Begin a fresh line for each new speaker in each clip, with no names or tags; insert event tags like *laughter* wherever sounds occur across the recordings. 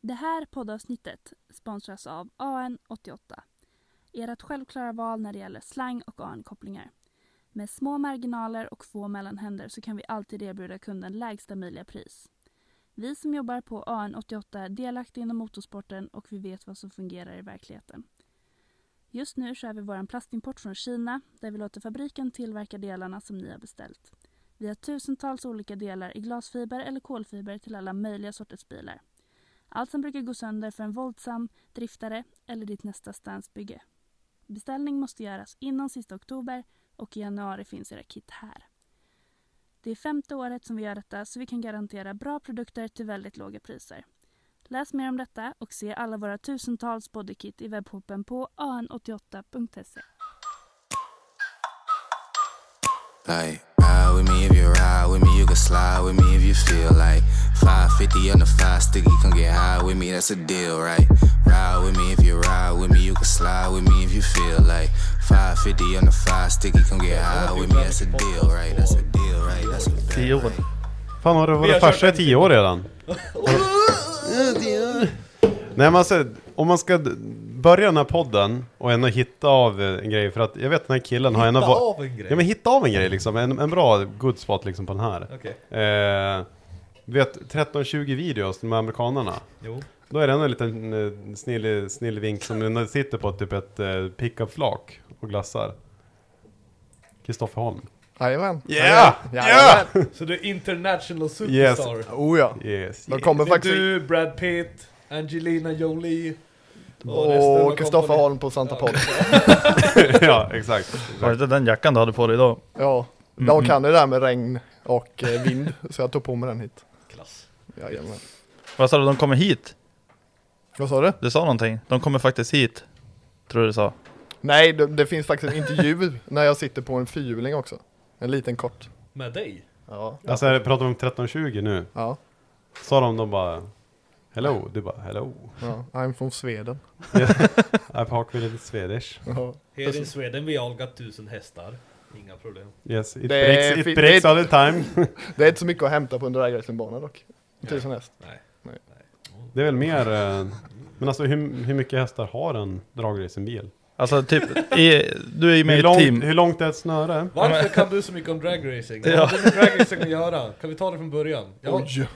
Det här poddavsnittet sponsras av AN88. Ert självklara val när det gäller slang och AN-kopplingar. Med små marginaler och få mellanhänder så kan vi alltid erbjuda kunden lägsta möjliga pris. Vi som jobbar på AN88 är delaktiga inom motorsporten och vi vet vad som fungerar i verkligheten. Just nu kör vi vår plastimport från Kina där vi låter fabriken tillverka delarna som ni har beställt. Vi har tusentals olika delar i glasfiber eller kolfiber till alla möjliga sorters bilar. Allt som brukar gå sönder för en våldsam driftare eller ditt nästa stansbygge. Beställning måste göras innan sista oktober och i januari finns era kit här. Det är femte året som vi gör detta så vi kan garantera bra produkter till väldigt låga priser. Läs mer om detta och se alla våra tusentals bodykit i webbshoppen på an88.se.
Like, ride with me if you ride with me, you can slide with me if you feel like 550 on the five sticky, come get high with me, that's a deal, right? Ride with me if you ride with me, you can slide with me if you feel like 550 on the five sticky, come get high with me, that's a deal, right? That's a deal, right? That's a
Tio
deal.
år.
Right?
Fan har du
Vi har
varit farsa i
kört en-
tio år *laughs* redan?
Nej men alltså, om man ska d- börja den här podden och ändå hitta av eh, en grej för att jag vet den här killen har en
Hitta
vå-
av en grej?
Ja men hitta av en grej liksom, en, en bra good spot liksom på den här.
Okej.
Eh, du vet 13-20 videos med amerikanarna.
Jo.
Då är det ändå en liten eh, snille, snillevink som ändå sitter på typ ett eh, pickupflak och glassar. Kristoffer Holm.
Jajamän.
Yeah!
Jajamän.
Så du är international
Yes.
superstar?
Oh ja.
Yes.
De kommer faktiskt...
Du, Brad Pitt, Angelina Jolie resten av
Och Kristoffer
kompaniet.
Holm på Santa Pod.
*laughs* ja, exakt.
Var det
exakt.
inte den jackan du hade på dig idag?
Ja, de kan det där med regn och eh, vind, så jag tog på mig den hit.
Klass.
Jajamän.
Vad sa du, de kommer hit?
Vad sa du?
Du sa någonting? De kommer faktiskt hit. Tror jag du sa.
Nej, det, det finns faktiskt en intervju *laughs* när jag sitter på en fyrhjuling också. En liten kort.
Med dig?
Ja.
Alltså är det- pratar vi om 13-20 nu?
Ja,
Sa de, de bara Hello, du bara hello.
ja. I'm from Sweden.
I park with lite Swedish.
Ja.
Här i Sweden vi jagar tusen hästar. Inga problem.
Yes, it
Det
breaks,
är
it
fi-
breaks
det-
all the time.
Det är inte så mycket att hämta på en dragracingbanan dock. Tusen häst.
Det är väl mer, eh, men alltså hur, hur mycket hästar har en dragracingbil?
Alltså typ, i, du är ju med i
Hur,
ett
långt-
team.
hur långt är ett snöre?
Varför kan du så mycket om dragracing? Vad
Ja.
har det med dragracing att göra? Kan vi ta det från början? Jag,
Oj.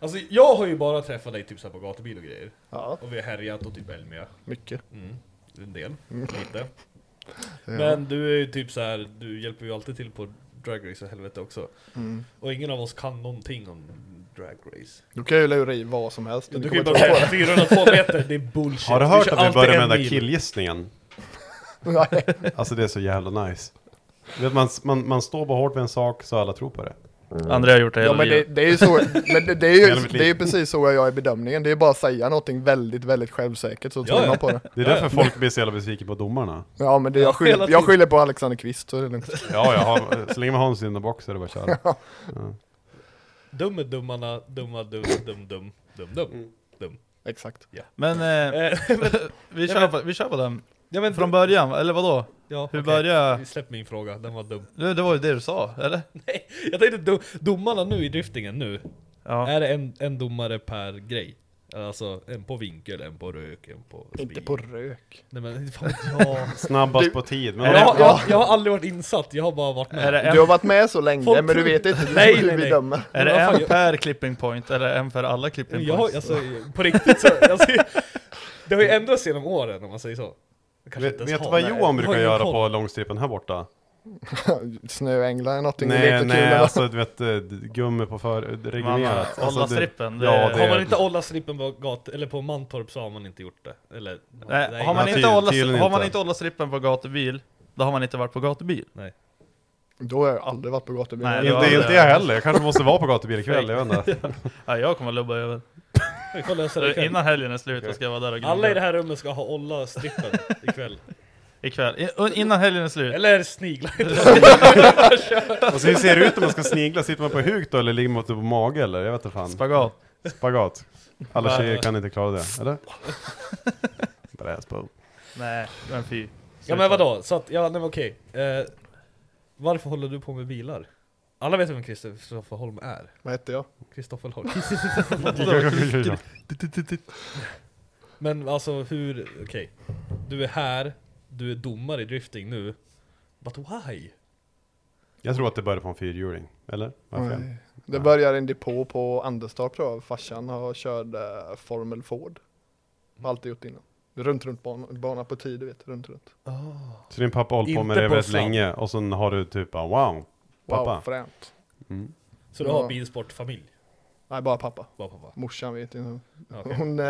alltså, jag har ju bara träffat dig typ så här på gatubil och grejer.
Ja,
Och vi har härjat och typ Elmia.
mycket. Mm.
En del, lite. Men du är ju typ så här, du hjälper ju alltid till på dragrace och helvete också. Och ingen av oss kan någonting om dragrace.
Mm. Du kan ju lura i vad som helst.
Du
Du
kan ju
kommer
bara
inte
säga 402 meter, det är bullshit.
Har du hört
kör
att vi
alltid
börjar
en
med den där
mil.
killgissningen?
på *laughs* det.
Alltså det är så jävla nice. Du Vet, man, man, man står bara hårt vid en sak så alla tror på det.
André har gjort det hela
Ja men det,
livet.
det är ju så, men det, det, är ju,
Hela mitt
det
liv.
är ju precis så jag gör i bedömningen, det är bara att säga någonting väldigt, väldigt självsäkert så tror
ja.
*laughs*
man på det
Det är därför folk blir så jävla besvikna på domarna.
Ja men det, jag,
hela
skyller,
tiden.
jag skyller på Alexander Kvist så är det lugnt
Ja, jag har, så länge man har en syndabock så är det bara att köra.
Dum är dummarna, dumma dum, dum, dum, dum, dum.
Mm. Exakt
Men eh,
Eh, *laughs*
*laughs* vi, kör på, vi kör på den.
Ja, men
Från början, eller vadå?
Ja,
Hur
okej.
börjar-
Släpp min fråga, den var dum.
Det, det var ju det du sa, eller?
*laughs* Nej, jag tänkte do, domarna nu i driftingen nu,
Ja.
är det en, en domare per grej? Alltså en på vinkel, en på rök, en på...
Inte
speed.
på rök.
Nej men *laughs* fan, jag,
Snabbast
Du-
på tid. Men
jag,
det-
jag, jag, har aldrig varit insatt, jag har bara varit med.
Är det
Du har
en,
varit med så länge,
Folk
men du
tror-
vet inte
Nej,
hur
nej,
vi
nej.
dömer.
är
vad
det
fan,
en
jag-
per clipping point, eller en för alla clipping
jag, har-
points?
alltså, på riktigt så, alltså, det har ju ändrats genom åren om man säger så. Jag kanske
Vet
inte
vet
ens
du
har-
vad
nej,
Johan
jag
brukar
har ingen
göra
koll.
på långstripen här borta?
*laughs* Snöänglar eller någonting, nej,
Nej,
lite
nej,
kul.
alltså du vet, eh, gummi på för... reglerat.
Man,
Alltså,
alla
du-
strippen, det-
Ja, det
Har man inte ollat slippen på, gat, eller på Mantorp så har man inte gjort det. Eller,
Nej, har man
nej,
inte
tydligen-
hållat-
tydligen
har man
inte.
inte hållit strippen på gatubil, då har man inte varit på gatubil.
Då har jag aldrig varit på gatubil.
Nej,
Inte,
Ja,
inte
det-
jag heller, jag kanske måste vara på gatubil ikväll, jag vet inte.
*laughs* Ja, jag kommer att lubba över.
Vi får lösa det
Så
ikväll.
*laughs* innan helgen är slut, då ska jag vara där och
Alla i det
gnugga.
här rummet ska ha olla strippen ikväll.
*laughs* Ikväll. I- Innan helgen är slut.
Eller snigla.
Alltså hur ser det ut om man ska snigla? Sitter man på huk då eller ligger man typ på mage eller? Jag vet inte fan.
Spagat.
Spagat. Alla tjejer kan inte klara det,
*laughs*
eller? Bräsbow.
*laughs* Nej, men fy.
Ja men vadå? Så att, ja nej men okej. Eh, varför håller du på med bilar? Alla vet vem Kristoffer Holm är.
Vad hette jag?
Kristoffer Holm. *laughs* men alltså hur, okej. Du är här, du är domare i drifting nu. But why?
Jag tror att det började på en fyrhjuling, eller? Varför?
Nej. Det började i en depå på Anderstorp tror jag. Farsan har körde eh, Formel Ford. Har alltid gjort innan. Runt runt bana, bana på tid, du vet. Runt runt.
Så din pappa har hållit på med
Inte
det
på
väldigt
slam.
länge, och sen har du typ ah, wow,
Wow,
pappa.
fränt.
Så du har
Ja.
bilsportfamilj?
Nej, bara pappa.
Bara pappa?
Morsan vet inte.
Okej.
Hon, eh,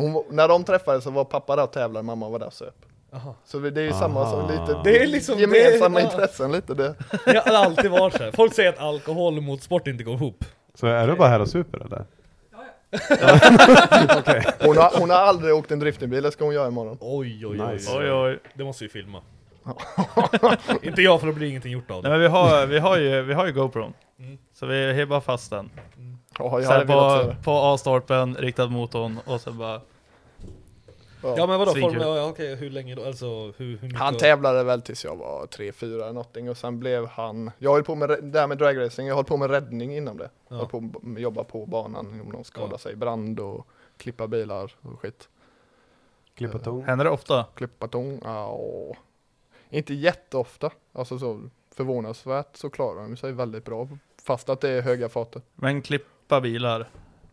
hon, var- när de träffades så var pappa där och tävlade, mamma var där och söp.
Aha.
Så vi- det är ju samma som lite
Det är liksom det-
gemensamma
ja.
intressen lite. Det.
Jag har alltid varit såhär. Folk säger att alkohol mot sport inte går ihop.
Så är du bara här och super eller?
Hon, har, hon har aldrig åkt en driftingbil, det ska hon göra imorgon.
Oj oj oj.
Nice.
Oj, oj.
Det måste vi filma. inte jag för då blir ingenting gjort
Nej,
av det.
men vi har, vi har ju, vi har ju GoPron.
Mm.
Så vi hebbar fast den.
Ja, jag
Sen
hade velat se
på,
det.
på A-stolpen, riktad mot hon och sen bara...
Ja men vadå?
Svinkul.
Formel, ja, okej, hur länge då? Alltså hur, hur mycket?
Han tävlade väl tills jag var 3-4 eller någonting och sen blev han, jag höll på med re- det här med dragracing, jag höll på med räddning inom det. Jag höll på att b- jobba på banan om någon skadar
Ja.
sig, brand och klippa bilar och skit.
Klippa tång.
Händer det ofta?
Klippa tång, ja. Inte jätteofta, alltså så förvånansvärt så klarar de sig väldigt bra. Fast att det är höga farter.
Men klippa bilar.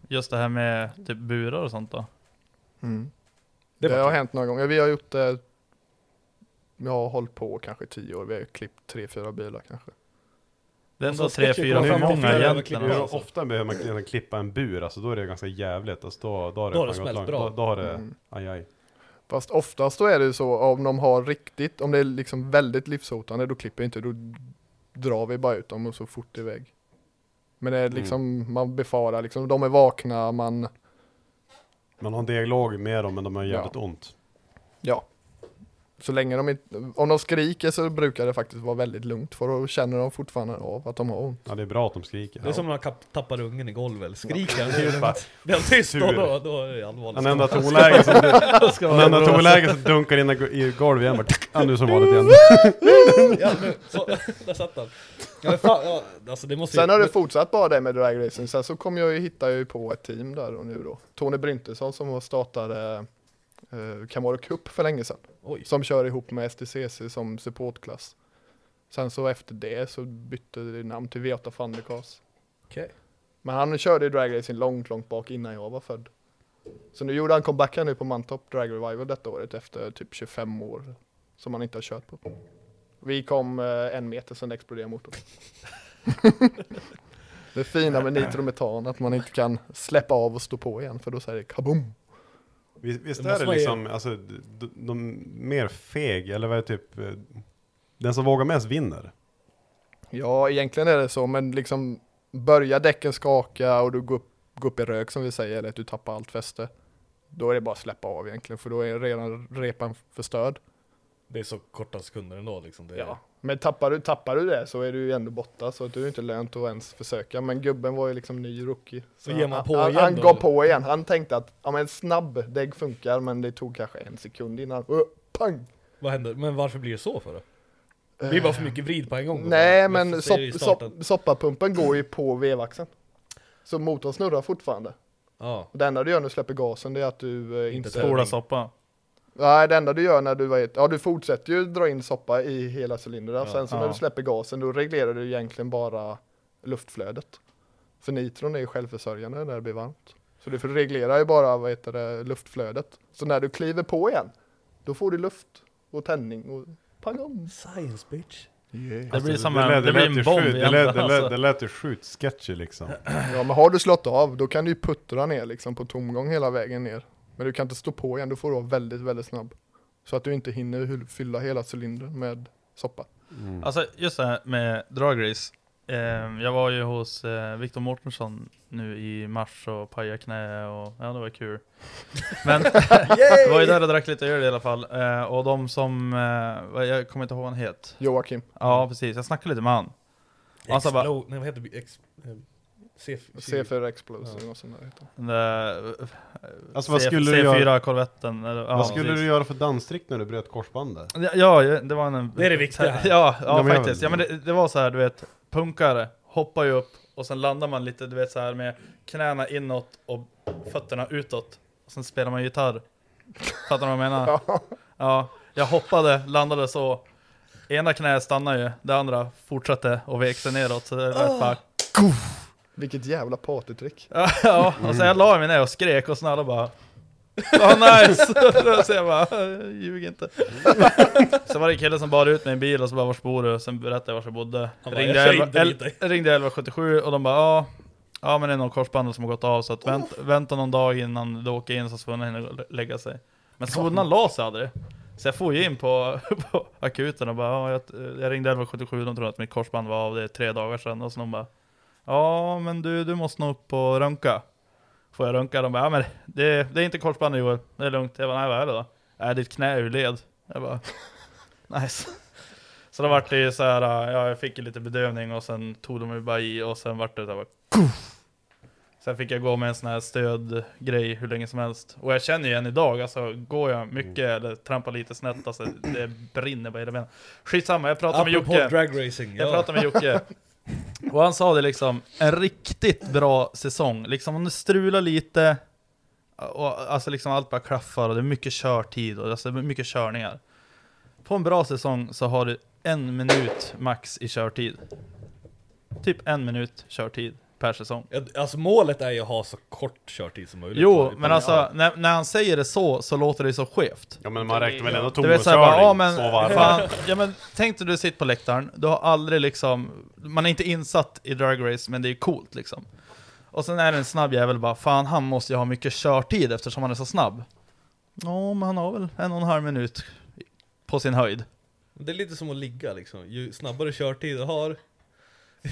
Just det här med typ burar och sånt då.
Mm. Det,
var
har
kul.
hänt några gånger, vi har gjort det, jag har hållit på kanske 10 år, vi har klippt 3-4 bilar kanske.
Det är ändå
Och så
tre,
ska
fyra
klippa
för
fram
många
till fyra
egentligen.
överklippare.
alltså.
Hur ofta behöver man egentligen klippa en bur? Alltså då är det ganska jävligt. Alltså, då, då har det,
Då har det
fan gått
smält
långt.
bra.
Då, då har det,
Mm.
aj, aj.
Fast oftast då är det ju så om de har riktigt, om det är liksom väldigt livshotande då klipper jag inte, då drar vi bara ut dem och så fort iväg. Men det är liksom, man befarar liksom, de är vakna, man,
Man har en dialog med dem men de har jävligt ont.
ja. Så länge de inte, om de skriker så brukar det faktiskt vara väldigt lugnt för då känner de fortfarande av att de har ont.
Ja det är bra att de skriker.
Det är som när han kap- tappar ungen i golvet, skriker han
Ja.
lugnt. Blir han tyst då,
Sur.
då, då är det allvarligt.
Han ändrar
*laughs*
tonläge som,
Då ska
han
man-
ändrar tonläge som dunkar in i golvet igen. Bara, ja, nu som vanligt igen.
Ja, nu, så, där satt han. Ja, men fan, ja, alltså det måste
Sen
ju,
har det fortsatt bara det med dragracing, sen så kom jag ju, hittade jag ju på ett team där och nu då. Tony Bryntesson som startade eh, Camaro Cup för länge sedan.
Oj.
Som kör ihop med STCC som supportklass. Sen så efter det så bytte det namn till V8 Thundercars.
Okej.
Men han körde ju dragracing långt, långt bak innan jag var född. Så nu gjorde han comeback här nu på Mantorp Drag Revival detta året efter typ 25 år som han inte har kört på. Vi kom eh, en meter sen det exploderade motorn. *laughs* det fina med nitrometan att man inte kan släppa av och stå på igen för då säger det kaboom.
Vis- Visst
Det
är
måste
det
man ju-
liksom, alltså, de, de, mer feg, eller vad är det typ, eh, den som vågar mest vinner.
Ja, egentligen är det så, men liksom börjar däcken skaka och du går upp, går upp i rök som vi säger, eller att du tappar allt fäste. Då är det bara att släppa av egentligen, för då är redan repan förstörd.
det är så korta sekunder ändå liksom. Det är,
Men tappar du, tappar du det så är du ju ändå borta, så att du är inte lönt att ens försöka. Men gubben var ju liksom ny rookie. Så
ger man på
han,
igen
Han
då,
gav
eller?
på igen. Han tänkte att ja, men snabb dägg funkar, men det tog kanske en sekund innan. Uh, Pang!
Vad händer? Men varför blir det så för då? Det blir bara för mycket vrid på en gång.
Nej
Jag
men
ser det i
sopp,
starten.
sopp, soppapumpen går ju på vevaxeln. Så motorn snurrar fortfarande.
Ja.
Och Det enda du gör när du släpper gasen det är att du eh, inte...
Inte
Spola soppa.
Nej det enda du gör när du, vad heter- ja du fortsätter ju dra in soppa i hela cylindern. Sen så när
Ja.
du släpper gasen då reglerar du egentligen bara luftflödet. För nitron är ju självförsörjande när det blir varmt. Så du reglerar ju bara vad heter det, luftflödet. Så när du kliver på igen, då får du luft och tändning och pang om.
Science bitch.
Det blir som en,
Alltså, lät-
det
lät
blir
ju
en bomb
sjukt-
i
det lät,
änden
det, lät, det
alltså.
lät ju sjukt sketchy liksom.
Ja men har du slått av då kan du ju puttra ner liksom på tomgång hela vägen ner. Men du kan inte stå på igen, då får du vara väldigt väldigt snabb. Så att du inte hinner hyll- fylla hela cylindern med soppa.
alltså just det här med drag race. Ehm, jag var ju hos eh, Viktor Mårtensson nu i mars och pajade knä och ja det var
*laughs*
kul. Men det var ju där och drack lite öl i alla fall. Eh, och de som, eh, vad- jag kommer inte ihåg vad han het.
Joakim,
Ja precis, jag snackade lite med han. Alltså bara-
Explo- Nej vad heter det? Ex... eh, C4.
C4 Explosive och sånt där. heter det.
Den där, eh,
Alltså vad
C-
skulle du göra,
C4-korvetten. eller- Ja,
vad skulle
precis.
du göra för danstrick när du bröt korsbandet?
Ja, Ja, ja, det var en...
Det är det viktiga
*laughs*
här.
Ja, ja
Ja, men jag-
faktiskt. Ja, men det, det var så här, du vet, punkare hoppar ju upp och sen landar man lite, du vet så här med knäna inåt och fötterna utåt. Och sen spelar man gitarr. Fattar du vad jag menar? Ja, jag hoppade, landade så. Ena knäet stannade ju, det andra fortsatte och vek sig neråt. Så det var bara...
Vilket jävla partytrick.
Ja, och sen jag
Mm.
la mig ner och skrek och sen alla bara Åh nice! *laughs* så jag bara, ljug
*laughs*
inte. Sen var det en kille som bar ut mig i en bil och så bara vars bor du? Sen berättade jag vars jag bodde.
Han bara,
ringde,
"Jag kör
11,
inte dit dig."
ringde 1177 och de bara ja, ja men det är någon korsbandet som har gått av så att vänt, vänta någon dag innan du åker in så svunnen hinner gå och lägga sig. Men svunnen la sig aldrig. Så jag får ju in på, *laughs* på akuten och bara ja, jag, jag ringde 1177 de trodde att mitt korsband var av, det är tre dagar sedan. Och så de bara Ja, men du, du måste nog upp och röntga. Får jag röntga? De bara, ja men det, det är inte korsbandet Joel, det är lugnt. Jag bara, nej vad är det då? Nej, ditt knä är ur led. Jag bara, *laughs* nice. Så då vart det ju så här, äh, ja, jag fick ju lite bedövning och sen tog de ju bara i och sen vart det så här bara, kuff. Sen fick jag gå med en sån här stödgrej hur länge som helst. Och jag känner ju än idag, alltså går jag mycket
Mm.
eller trampar lite snett, alltså det brinner bara i hela benen. Skitsamma, jag pratade med
Apropå
Jocke.
dragracing.
Jag
Ja.
pratade med
*laughs*
Jocke Och han sa det liksom En riktigt bra säsong Liksom om det strular lite och, Alltså liksom allt bara klaffar och det är mycket körtid och alltså mycket körningar På en bra säsong så har du en minut max i körtid Typ en minut körtid per säsong
Ja, Alltså målet är ju att ha så kort körtid som möjligt.
Jo, men alltså när, när han säger det så, så låter det så skevt
Ja men man räknar väl ändå
Du vet såhär bara, ja men,
så varv.
fan, ja men tänk dig du sitter på läktaren, du har aldrig liksom, man är inte insatt i drag race men det är coolt liksom. Och sen är det en snabb jävel bara, fan han måste ju ha mycket körtid eftersom han är så snabb. Ja men han har väl en och en halv minut på sin höjd.
Det är lite som att ligga liksom. Ju snabbare körtid du har,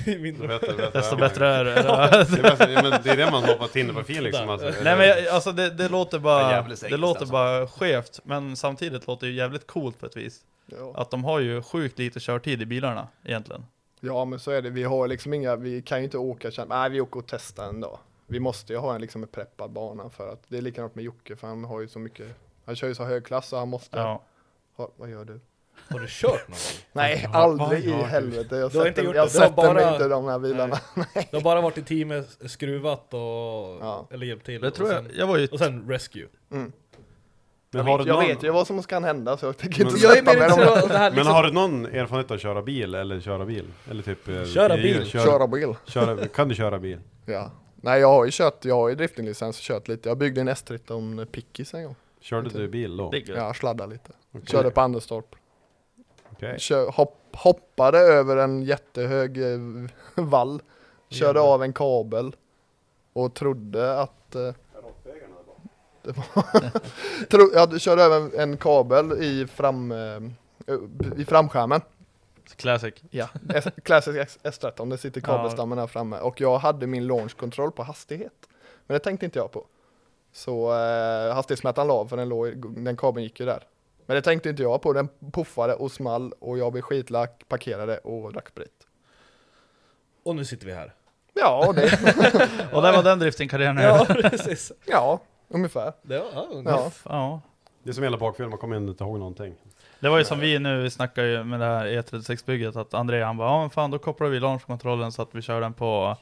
ju
Du
mindre...
vet, du vet,
Desto
ja,
bättre är
*laughs*
det.
Det är, bäst- ja, men det är det man har på Tinder-profil liksom. Alltså.
Nej men jag- alltså det, det låter bara,
Jävligt säkert,
det låter
alltså.
bara skevt, men samtidigt låter det ju jävligt coolt på ett vis.
Ja.
Att de har ju sjukt lite körtid i bilarna egentligen.
ja men så är det, vi har liksom inga, vi kan ju inte åka känna, nej vi åker och testar en dag. Vi måste ju ha en liksom en preppad bana för att det är likadant med Jocke för han har ju så mycket, han kör ju så hög klass så han måste,
Ja.
ha, vad gör du?
Har du kört någon gång?
Nej
vad- vad
aldrig i
gör du?
helvete, jag
Du har inte
sätter,
gjort
jag
det, du har
sätter mig
bara-
inte i de här bilarna.
Du har bara varit i teamet, skruvat och... eh, Eller hjälpt till.
Det tror
och
jag,
sen,
jag var ju
Och sen rescue.
Men har du
Mm. Jag
någon,
vet ju vad som ska hända så jag tänker inte
Men-
sätta mig i de här.
det här liksom.
Men har du någon erfarenhet av att köra bil eller köra bil? Eller typ... eh,
Köra bil.
Köra,
Köra bil.
köra, kan du köra bil?
Ja. Nej jag har ju kört, jag har ju driftinglicens och kört lite. Jag byggde en S13 Pickis en gång.
Körde du bil då?
Det är gött.
Ja, sladdade lite. Körde på Anderstorp.
Okej.
Kör, hopp, hoppade över en jättehög eh, vall. Körde av en kabel. Och trodde att... Eh, det var tro, jag körde över en, en kabel i, fram, eh, i framskärmen.
Classic.
*laughs*
Ja, S- Classic S- S13, det sitter kabelstammen här framme och jag hade min launchkontroll på hastighet. Men det tänkte inte jag på. Så eh, hastighetsmätaren la av för den, låg, den kabeln gick ju där. Men det tänkte inte jag på, den puffade och small och jag blev skitlack, parkerade och drack sprit.
Och nu sitter vi här.
Ja,
*laughs*
det, *laughs*
Och där var den driftingkarriären.
Ja, precis.
ja ungefär.
Det var, ja,
Ja.
Ja.
Det är som hela bakfyllan, man kommer ändå inte ihåg någonting.
Det var ju som vi nu, vi snackade ju med det här E36-bygget, att André han bara ja men fan då kopplar vi launchkontrollen så att vi kör den på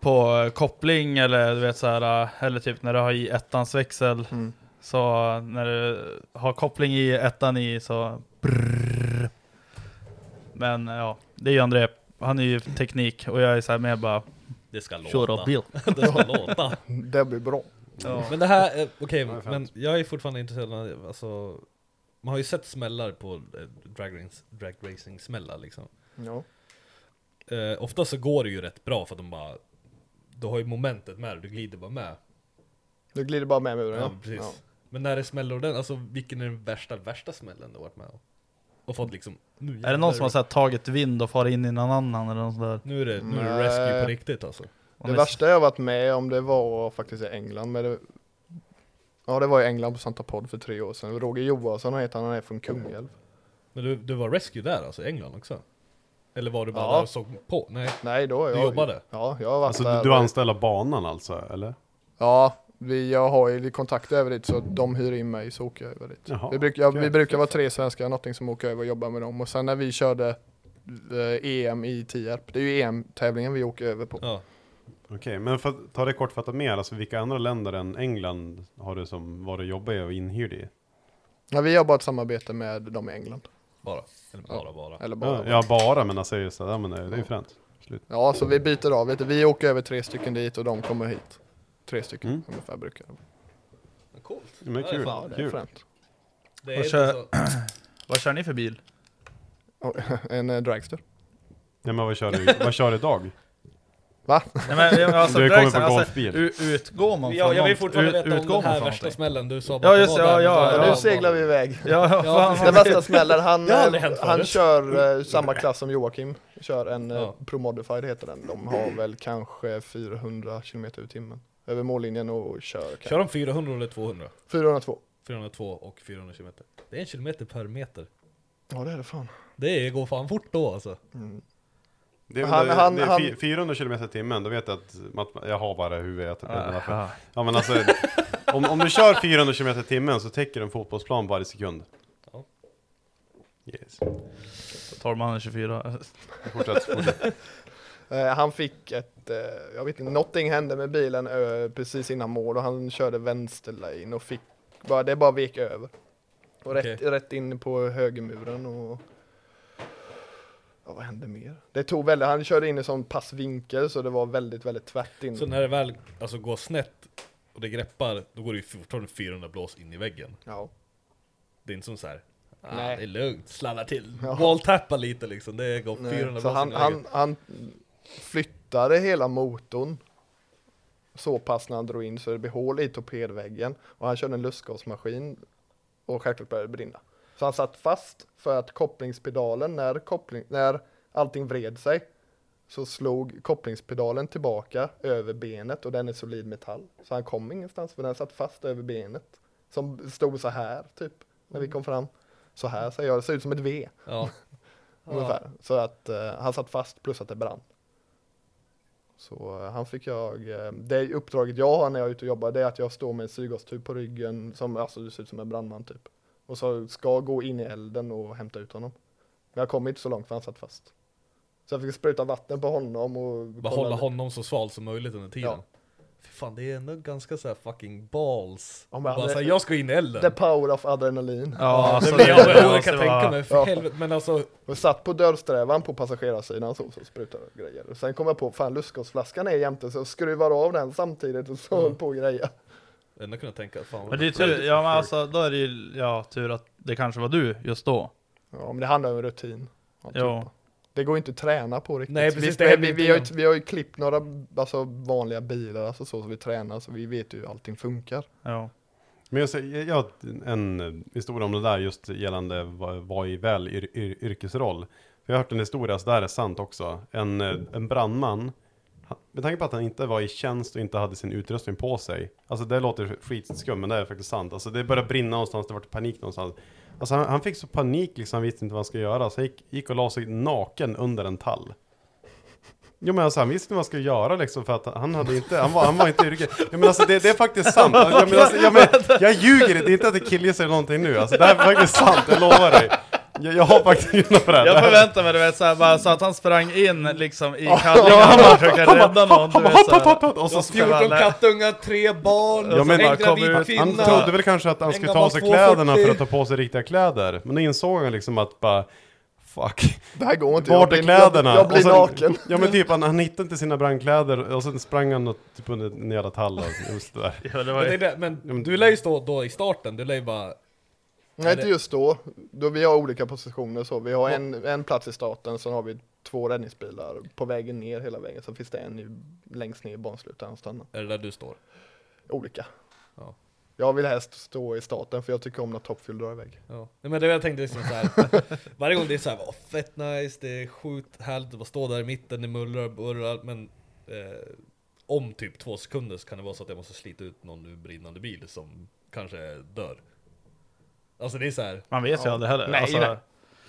på eh, koppling eller du vet så här, eh, eller typ när du har i ettans växel.
Mm.
Så eh, när du har koppling i ettan i så brrrr. Men eh, ja, det är ju André, han är ju teknik och jag är så här med bara
Det ska låta.
kör och bil.
*laughs* Det ska låta.
Det blir bra.
Ja.
Mm.
Men det här, eh, okej,
Ja, det är
men jag är fortfarande intresserad av, alltså, man har ju sett smällar på eh, drag, rings, drag racing smällar liksom.
Ja.
Eh, ofta så går det ju rätt bra för att de bara, du har ju momentet med dig, du glider bara med.
Du glider bara med muren.
Ja, precis. Men när det smäller ordentligt, alltså vilken är den värsta, värsta smällen du har varit med om? Och fått liksom, nu
Är det
jävlar,
någon som har så här, tagit vind och far in i någon annan eller något sånt där?
Nu är det, nu är det
Nej.
rescue på riktigt alltså.
Och
Det
ni-
värsta jag varit med om det var faktiskt i England men det, Ja det var i England på Santa Pod för tre år sedan Roger Johansson han heter han, han är från Kungälv
Men du, du var rescue där alltså, i England också? Eller var du bara
Ja.
där och såg på? Nej.
Nej då har
Du
jag
jobbade?
Ja jag har varit
Alltså
där
du, du anställer banan alltså, eller?
Ja vi, jag har ju kontakt över dit så de hyr in mig så åker jag över dit
Jaha,
vi, bruk, ja, vi
okej.
brukar vara tre svenskar någonting som åker över och jobbar med dem och sen när vi körde eh, EM i Tierp Det är ju EM-tävlingen vi åker över på
Ja.
Okej, men för att ta det kortfattat mer, alltså vilka andra länder än England har du som var du jobbar i och inhyrd i?
ja, Vi har bara ett samarbete med dem i England
Bara. Eller bara, bara.
Eller bara
Ja, ja, bara, men alltså just det, ja, men det, det är ju fränt. Slut.
Ja, så vi byter av lite. Vi åker över tre stycken dit och de kommer hit. Tre stycken
Mm.
ungefär brukar det vara.
Men Coolt.
Men
Ja, det är
kul.
fan-
Ja, det är fränt.
Det är
Och
inte
kör-
så-
*clears throat* Vad kör ni för bil?
Och, en eh, dragster.
Ja, men vad kör du, vad kör
*laughs*
du idag?
Va?
Nej, men, alltså,
Du har kommit
dragsen, alltså,
på golfbil.
u- Utgår man
Ja,
från
jag vill
något-
fortfarande
ut-
veta om
utgår
den
man
här
från
värsta
någonting?
smällen du sa
Ja,
att det
just
var
det, ja,
där,
ja,
men
ja.
var-
Nu seglar vi iväg.
*laughs* Ja,
Ja,
ja, fan,
Den värsta smäller, han,
Det har aldrig
eh,
hänt
han
förut.
kör eh,
*laughs*
samma klass som Joakim. Kör en eh,
Ja.
Promodified heter den. De har väl kanske 400 km i timmen. Över mållinjen och kör.
Kör de 400 eller 200?
402.
402 och 400 km. Det är en kilometer per meter.
Ja det är det fan.
Det går fan fort då alltså.
Det är,
Han-
det,
han-
det är
han-
fi- 400 km i timmen, då vet jag att Matt, jag har bara huvudet. Jag tar bilden
Aha.
här. ja, men alltså, om, om du kör 400 km i timmen så täcker en fotbollsplan varje sekund.
Ja.
Yes.
Torrmannen 24.
Fortsätt, fortsätt.
Eh, han fick ett, eh, jag vet inte, någonting hände med bilen eh, precis innan mål och han körde vänsterlane och fick, bara, det bara vek över. Och rätt,
Okej.
rätt in på högermuren och Ja, vad hände mer? Det tog väldigt, han körde in i sån passvinkel så det var väldigt, väldigt tvärt in.
Så när det väl alltså, går snett och det greppar, då går det ju fortfarande 400 blås in i väggen.
Ja.
Det är inte som såhär, ah,
Nej.
det är lugnt, sladdar till,
Ja.
walltappa lite liksom. Det går 400
Så
blås in
han,
i väggen.
han, han flyttade hela motorn så pass när han drog in så det blev hål i torpedväggen och han körde en lustgasmaskin och självklart började det brinna. Så han satt fast för att kopplingspedalen, när, koppling, när allting vred sig så slog kopplingspedalen tillbaka över benet och den är solid metall. Så han kom ingenstans för den satt fast över benet. Som stod så här typ när vi kom fram. Så här säger jag, det ser ut som ett V.
Ja.
Ungefär. Så att eh, han satt fast plus att det brann. Så eh, han fick jag, eh, det uppdraget jag har när jag är ute och jobbar det är att jag står med en syrgastub på ryggen som alltså det ser ut som en brandman typ. Och så ska gå in i elden och hämta ut honom. Men jag kom inte så långt för han satt fast. Så jag fick spruta vatten på honom och
Bara
kolla-
hålla honom så sval som möjligt under tiden.
Ja.
Fy fan, det är ändå ganska såhär fucking balls.
Ja, men
bara
det-
såhär, jag ska in i elden.
The power of adrenalin.
Ja, alltså,
men jag, jag
måste
kan
vara-
tänka mig, för
Ja.
helvete. Men alltså,
Och satt på dörrsträvan på passagerarsidan så, så sprutade det grejer. Och sen kom jag på, fan lustgasflaskan är jämte så jag skruvar av den samtidigt och så höll på och grejer.
ändå kunna tänka, fan
Men
vad
det är tur, ja men alltså då är det ju ja, tur att det kanske var du just då.
Ja, men det handlar om rutin. typ.
Jo.
Det går inte att träna på riktigt.
Nej, precis,
Visst,
det
vi,
händer
vi,
inte
vi, har ju,
igen.
vi har ju klippt några alltså, vanliga bilar alltså, så, så vi tränar så vi vet ju hur allting funkar.
Ja.
Men jag, säger- jag har en eh, historia om det där just gällande vad, vad är väl yr, yr, yrkesroll. För jag har hört en historia, så det här är sant också. En, eh, en brandman, han- med tanke på att han inte var i tjänst och inte hade sin utrustning på sig. Alltså det låter skitskumt, men det är faktiskt sant. Alltså det började brinna någonstans, det var panik någonstans. Alltså han, han fick så panik liksom, han visste inte vad han skulle göra. Så han gick, gick och la sig naken under en tall. Jo men alltså han visste vad han skulle göra liksom för att han hade inte, han var, han var inte yrke. Ja, men alltså det, det är faktiskt sant. Jag, men, alltså, jag, men, jag ljuger inte, det är inte att det killgissar någonting nu. Alltså det här är faktiskt sant, jag lovar dig. Jag, jag har faktiskt gynnat på det här.
Jag
Det här-
förväntar mig du vet såhär, bara så att han sprang in liksom i kallingarna och försökte rädda någon. Du vet, såhär.
Och så skulle
14
alla-
kattungar, tre barn,
Ja, men
en
bara
kom
gravid
ut.
kvinna.
Han trodde väl kanske att han skulle ta av sig kläderna för att ta på sig riktiga kläder. Men då insåg han liksom att bara, fuck.
Det här går inte.
Vart är
jag blir,
kläderna?
Jag, jag blir
Och sen-
naken.
Ja men typ han, han hittade inte sina brandkläder och sen sprang han och, typ under en jävla tall. och Just det där.
Ja, det var
Men, det är
ju-
det, men du lär ju stå då i starten, du lär ju bara...
Nej inte just då. då. Vi har olika positioner så. Vi har en, en plats i starten, sen har vi två räddningsbilar på vägen ner hela vägen. Sen finns det en i, längst ner i banslutet där han stannar.
Är det där du står?
Olika.
Ja.
Jag vill helst stå i starten för jag tycker om när toppfyll drar iväg.
Ja. Nej, men det var jag tänkte liksom såhär, *laughs* varje gång det är såhär, åh fett nice, det är sjukt härligt att bara stå där i mitten, det mullrar och burrar, men eh, om typ två sekunder så kan det vara så att jag måste slita ut någon ur brinnande bil som kanske dör. Alltså det är såhär,
Man vet ju aldrig heller.
Nej,
alltså,
nej.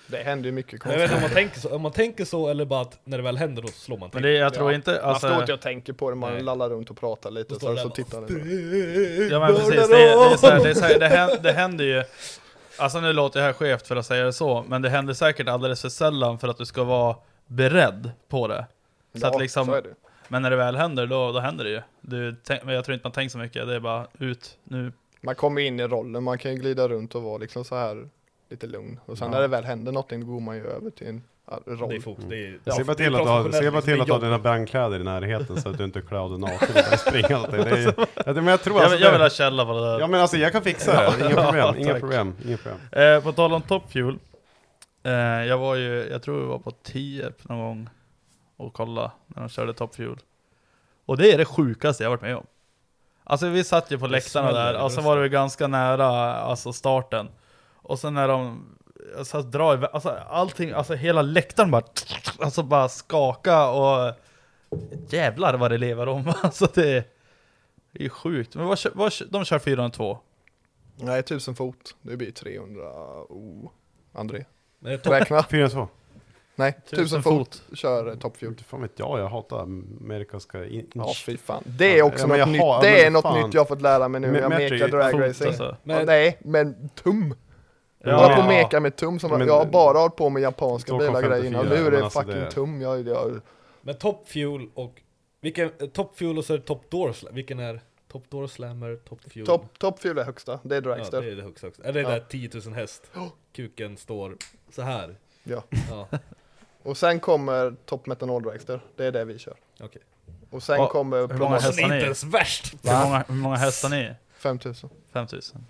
Det händer ju mycket
jag vet inte om man
konstigt.
tänker så, om man tänker så eller bara att när det väl händer då så slår man till.
Men det, jag tror
Ja.
inte,
Man står
alltså,
inte och tänker på det, man
Nej.
lallar runt och pratar lite,
Då står
sen
det
så
där
tittar
bara,
ni. på det.
Ja men precis, det, är- det, är så här, det, är så här, det, händer, det händer ju Alltså nu låter jag här skevt för att säga det så Men det händer säkert alldeles för sällan för att du ska vara beredd på det så
Ja,
att liksom,
så är det.
Men när det väl händer, då, då händer det ju du, tänk, men Jag tror inte man tänker så mycket, det är bara ut nu
Man kommer in i rollen, man kan ju glida runt och vara liksom så här lite lugn. Och sen när det väl händer någonting, då går man ju över till en ja, roll.
Det är fokus, det är...
Se
ja,
bara
det är
till att, ha,
professionellt,
se bara
liksom,
till
det
att ha
är jobb.
dina brandkläder i närheten så att du inte klär dig naken
*laughs*
och springer alltid. Det är, ja, men jag tror
Jag,
alltså
vill- jag
det-
vill ha källa på det där
Ja men alltså jag kan fixa
*laughs*
det, inga
Ja,
problem, inga
tack.
problem, inga problem.
Eh, på tal om Top Fuel. Eh, jag var ju, jag tror vi var på Tierp någon gång och kolla när de körde Top Fuel. Och det är det sjukaste jag varit med om. Alltså vi satt ju på läktarna
smäller
där,
i
och så var det ju ganska nära alltså starten. Och sen när de alltså, drar iväg, alltså allting, alltså hela läktaren bara, alltså bara skaka och jävlar vad det lever om. *laughs* Alltså det, det är ju sjukt. Men vad, kö- vad, kö- de kör 402.
Nej, 1000 fot. Det blir 300, oh. André.
Men topp-
Räkna.
402.
Nej, 1000
Tusen
fot. Kör eh, Ah, topp 14.
Inte fan vet jag, jag hatar amerikanska in-
Ja, fy fan. Det är också
Ja, men jag
något nytt.
har-
det
men
är något
fan.
nytt jag har fått lära mig nu när jag
Me- metric-
mekar
Fot,
dragracing.
alltså.
Ja,
Men-
nej, men tum!
Ja.
jag har på och meka med tum, som
Men-
jag har bara hållit på med japanska
2,54,
bilar och grejer innan. Nu är
men
det
alltså
fucking
det-
tum. Jag, jag,
Men Top Fuel och... Vilken... eh, Top Fuel och så är det Top Door Slam. Vilken är Top Door Slammer, Top Fuel?
Top, top fuel är högsta, det är
ja, det
dragster.
är det högsta också. Är det
Ja.
där 10 000
*gasps*
häst? Kuken står så här.
Ja.
Ja,
Och sen kommer top metanol dragster, det är det vi kör.
okej.
Och sen
Ja,
kommer
hur många
Plomon
Alltså
hästar
det är
ni?
inte ens värst!
Hur många, hur många hästar ni?
5000.
5000?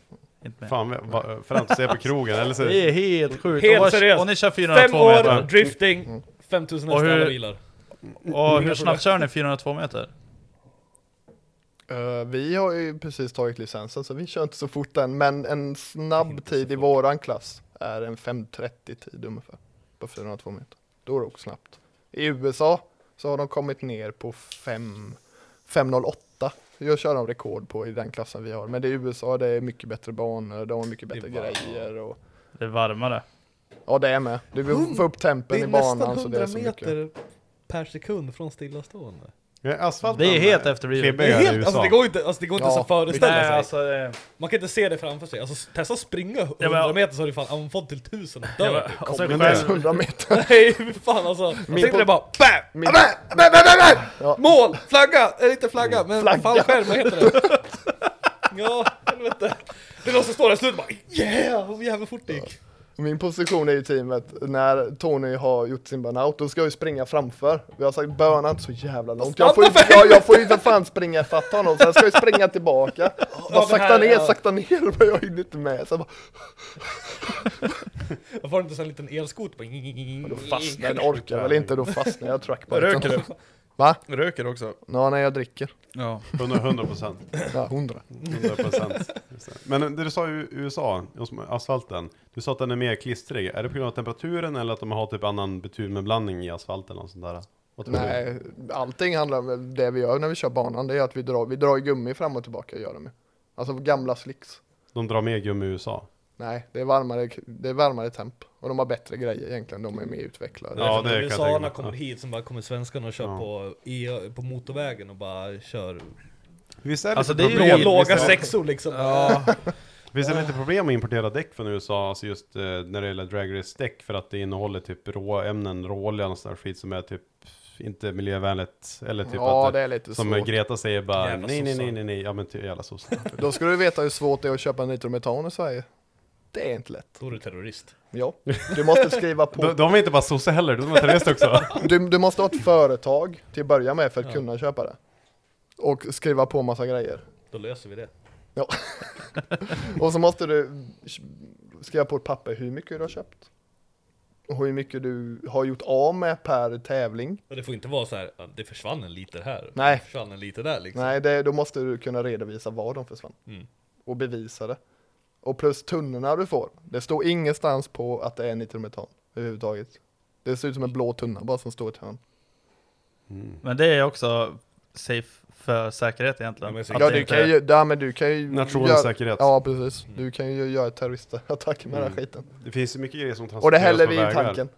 Inte mer.
Fan, va- för att se på krogen eller så.
Det är helt sjukt!
Helt
och, vad-
seriöst.
och ni kör
Fem
402
år,
meter?
Mm.
drifting, 5000
Och
hästar,
hur-
alla bilar.
Och hur snabbt kör ni 402 meter?
Eh, vi har ju precis tagit licensen så vi kör inte så fort än, men en snabb tid i våran klass är en 5.30 tid ungefär, på 402 meter. Då är det också snabbt. I USA så har de kommit ner på 5, 5.08. Jag kör de rekord på i den klassen vi har, men det är USA, det är mycket bättre banor, de har mycket
Det är
bättre
bara-
grejer och
Det är varmare.
ja det är med. Du vill få upp tempen i banan så det är så mycket.
per sekund från stillastående.
Ja, Asfalten,
Det är helt
klibbiga
efterblivet.
Det är
i
helt,
USA.
alltså det går inte, alltså, det går inte
Ja,
ens att föreställa
Nej
sig.
alltså, eh,
Man kan inte se det framför sig. Alltså s- testa att springa 100
men-
meter så har du fan anfått till 1000 och
jag,
dör.
bara-
typ.
alltså,
men
själv,
*laughs*
100 meter.
Nej, fy fan alltså. Jag tänkte
på-
det bara BAM!
Min- Ja. Mm.
Mål! Flagga! Eller inte flagga, men flagga. fallskärm, vad heter det? *laughs* ja, helvete. Det är någon som står där i slutet och bara Yeah! Vad jävla fort det gick.
Min position är i teamet när Tony har gjort sin burnout, då ska jag ju springa framför. Vi har sagt böna inte så jävla långt. Jag får ju, jag, jag får ju för fan springa ifatt honom, sen ska jag ju springa tillbaka. Bara
men
sakta
här-
ner,
ja.
sakta ner, *laughs* men jag hinner inte med. Så jag bara,
Varför har du inte en liten elskot? Bara,
*laughs* då fastnar jag, orkar väl inte, då fastnar jag i trackbiten.
Röker du?
Va?
Röker också?
Ja, när jag dricker.
Ja.
100 100 procent.
Ja, hundra.
100 procent. Men det du sa i USA, just med asfalten, du sa att den är mer klistrig. Är det på grund av temperaturen eller att de har typ annan bitumenblandning i asfalten och sånt där? Vad tror du?
Nej, allting handlar om det vi gör när vi kör banan, det är att vi drar, vi drar gummi fram och tillbaka, gör det med. Alltså gamla slicks.
De drar mer gummi i USA.
Nej, det är varmare, det är varmare temp. Och de har bättre grejer egentligen, de är mer utvecklade.
Ja,
Ja,
det kan
det
jag tänka mig.
USA kommer
Ja.
hit, som bara kommer svenskarna och kör
Ja.
på, E- på motorvägen och bara kör
Visst är det
Alltså,
lite
det är ju
problem-
låg-
visst är
låga
det-
sexor liksom.
Ja,
Visst är det lite problem att importera däck från USA, alltså just eh, när det gäller Drag Race däck för att det innehåller typ råämnen, råolja och sån där skit som är typ inte miljövänligt. Eller typ
ja,
att
det är lite
som
svårt.
Greta säger bara
Jävla
nej, nej,
sossar.
nej, nej, nej, ja men ty, jävla *laughs* sossar.
Då ska du veta hur svårt det är att köpa nitrometan i Sverige. Det är inte lätt.
Då är du terrorist.
Ja, du måste skriva
*laughs*
på.
de, de är inte bara sossar heller, de är terrorister också.
Du, du måste ha ett företag till att börja med för att
Ja.
kunna köpa det. Och skriva på massa grejer.
Då löser vi det.
Och så måste du skriva på ett papper hur mycket du har köpt. Och hur mycket du har gjort av med per tävling.
Och det får inte vara så här, "Ja, det försvann en liter här,
Nej.
det försvann en liter där liksom.
Nej, det, då måste du kunna redovisa var de försvann.
Mm.
Och bevisa det. Och plus tunnorna du får. Det står ingenstans på att det är nitrometan överhuvudtaget. Det ser ut som en blå tunna bara som står i ett hörn.
men det är också safe för säkerhet
Ja,
egentligen.
men så-
Att
Ja,
det
du
inte-
kan ju, ja, men du kan ju...
Nationens
göra-
säkerhet. Mm.
Ja, precis. Du kan ju göra terroristattacker med den här skiten.
Det finns ju mycket grejer som
Och det
transporteras
häller
på
vi i
vägar. Mm.
tanken.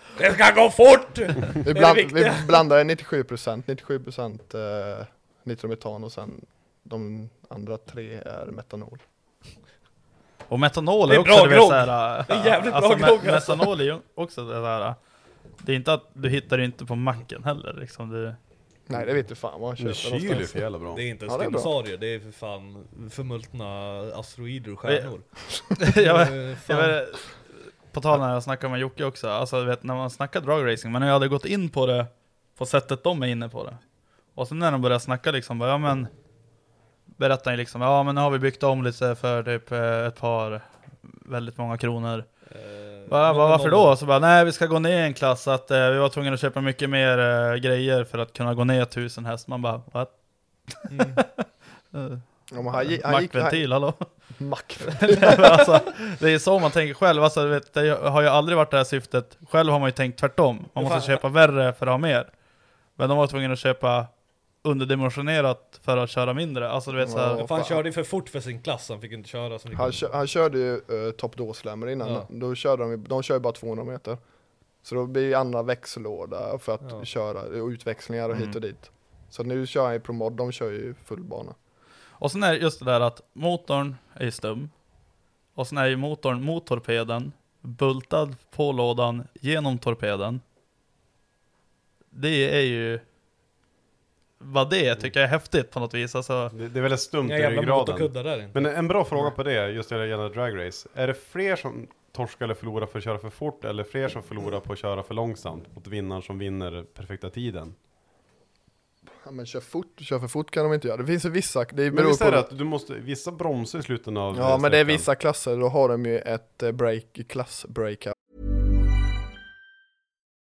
*laughs*
Det ska gå fort!
Vi,
det
bland, vi
viktiga.
blandar 97%, 97% eh, nitrometan och sen de andra tre är metanol.
Och metanol är,
Det är
också
bra
det
grogg.
såhär...
Det är jävligt bra
äh, me-
grogg, alltså.
Metanol är ju också det där... äh, Det är inte att du hittar det inte på macken heller liksom. Du,
Nej, det vet du fan vad han
Det
köper
kyler ju
någonstans.
för jävla bra.
Det är inte ens
Ja, det är bra.
dinosaurier, det är för fan förmultna asteroider och stjärnor.
jag, vet-
Eh, fan.
jag, vet- på tal när jag snackade med Jocke också, alltså du vet när man snackar dragracing, men när jag hade gått in på det på sättet de är inne på det. Och sen när de började snacka liksom, bara, ja men berättar ju liksom, ja men nu har vi byggt om lite för typ eh, ett par väldigt många kronor.
Eh,
Va, va,
någon-
varför
någon-
då? Så bara, nej vi ska gå ner en klass, så att eh, vi var tvungna att köpa mycket mer eh, grejer för att kunna gå ner 1000 häst. Man bara, what?
Mm.
*laughs* Eh,
Ja, men han, gick- han gick, han,
Mackventil, hallå?
mack.
alltså, det är så man tänker själv, alltså, du vet, det har ju aldrig varit det här syftet. Själv har man ju tänkt tvärtom, man måste
Fan.
köpa värre för att ha mer. Men de var tvungna att köpa underdimensionerat för att köra mindre. Alltså du vet såhär,
Ja.
Vad fan
Fan.
körde ju för fort för sin klass, han fick inte köra så mycket.
han, kö, han körde ju eh, top door slammer innan.
Ja.
Då körde de, ju- de kör ju bara 200 meter. Så då blir det andra växellåda för att
Ja.
köra och utväxlingar och hit
Mm.
och dit. Så nu kör han ju promod, de kör ju fullbana.
och sen är det just det där att motorn är ju stum. Och sen är ju motorn mot torpeden, bultad på lådan genom torpeden. Det är ju... Vad det tycker jag är häftigt på något vis. Alltså,
Det, det är väldigt stumt
Inga
i
jävla
ryggraden.
motorkuddar där inte.
Men en bra fråga på det, just när det gäller drag race. Är det fler som torskar eller förlorar för att köra för fort eller fler som förlorar på att köra för långsamt mot vinnaren som vinner perfekta tiden?
Ja, men kör fort, kör för fort kan de inte göra. Det finns ju vissa, det
Men
beror
visst är
på
det att du måste, vissa bromsar i slutet
Ja,
av
men det är
sträckan.
vissa klasser, Alltså, då har de ju ett eh, break, klassbreakout.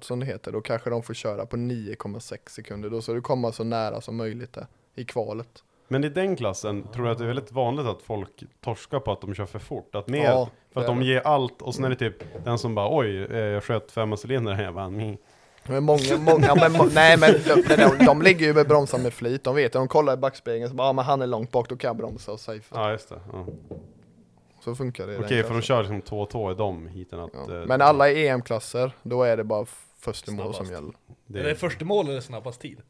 som det heter, då kanske de får köra på 9,6 sekunder. Då ska du komma så nära som möjligt där, eh, i kvalet.
Men i den klassen tror jag att det är väldigt vanligt att folk torskar på att de kör för fort. Att mer,
Ja,
för att
det är
de
det.
ger allt och sen är det typ den som bara oj, eh, jag sköt femma cylindrar jag vann. Mm.
Men många, många, men, må- nej men de, de, de ligger ju med bromsar med flit, de vet ju, de kollar i backspegeln så bara, ah, men han är långt bak, då kan jag bromsa och safe.
Ja just det. Ja.
Så funkar det i den
Okej, för de
klassen.
kör liksom två och två i de heaten. Att,
ja.
eh,
Men alla i EM-klasser, då är det bara först i mål som
Snabbast.
gäller.
Är det först i mål eller snabbast tid?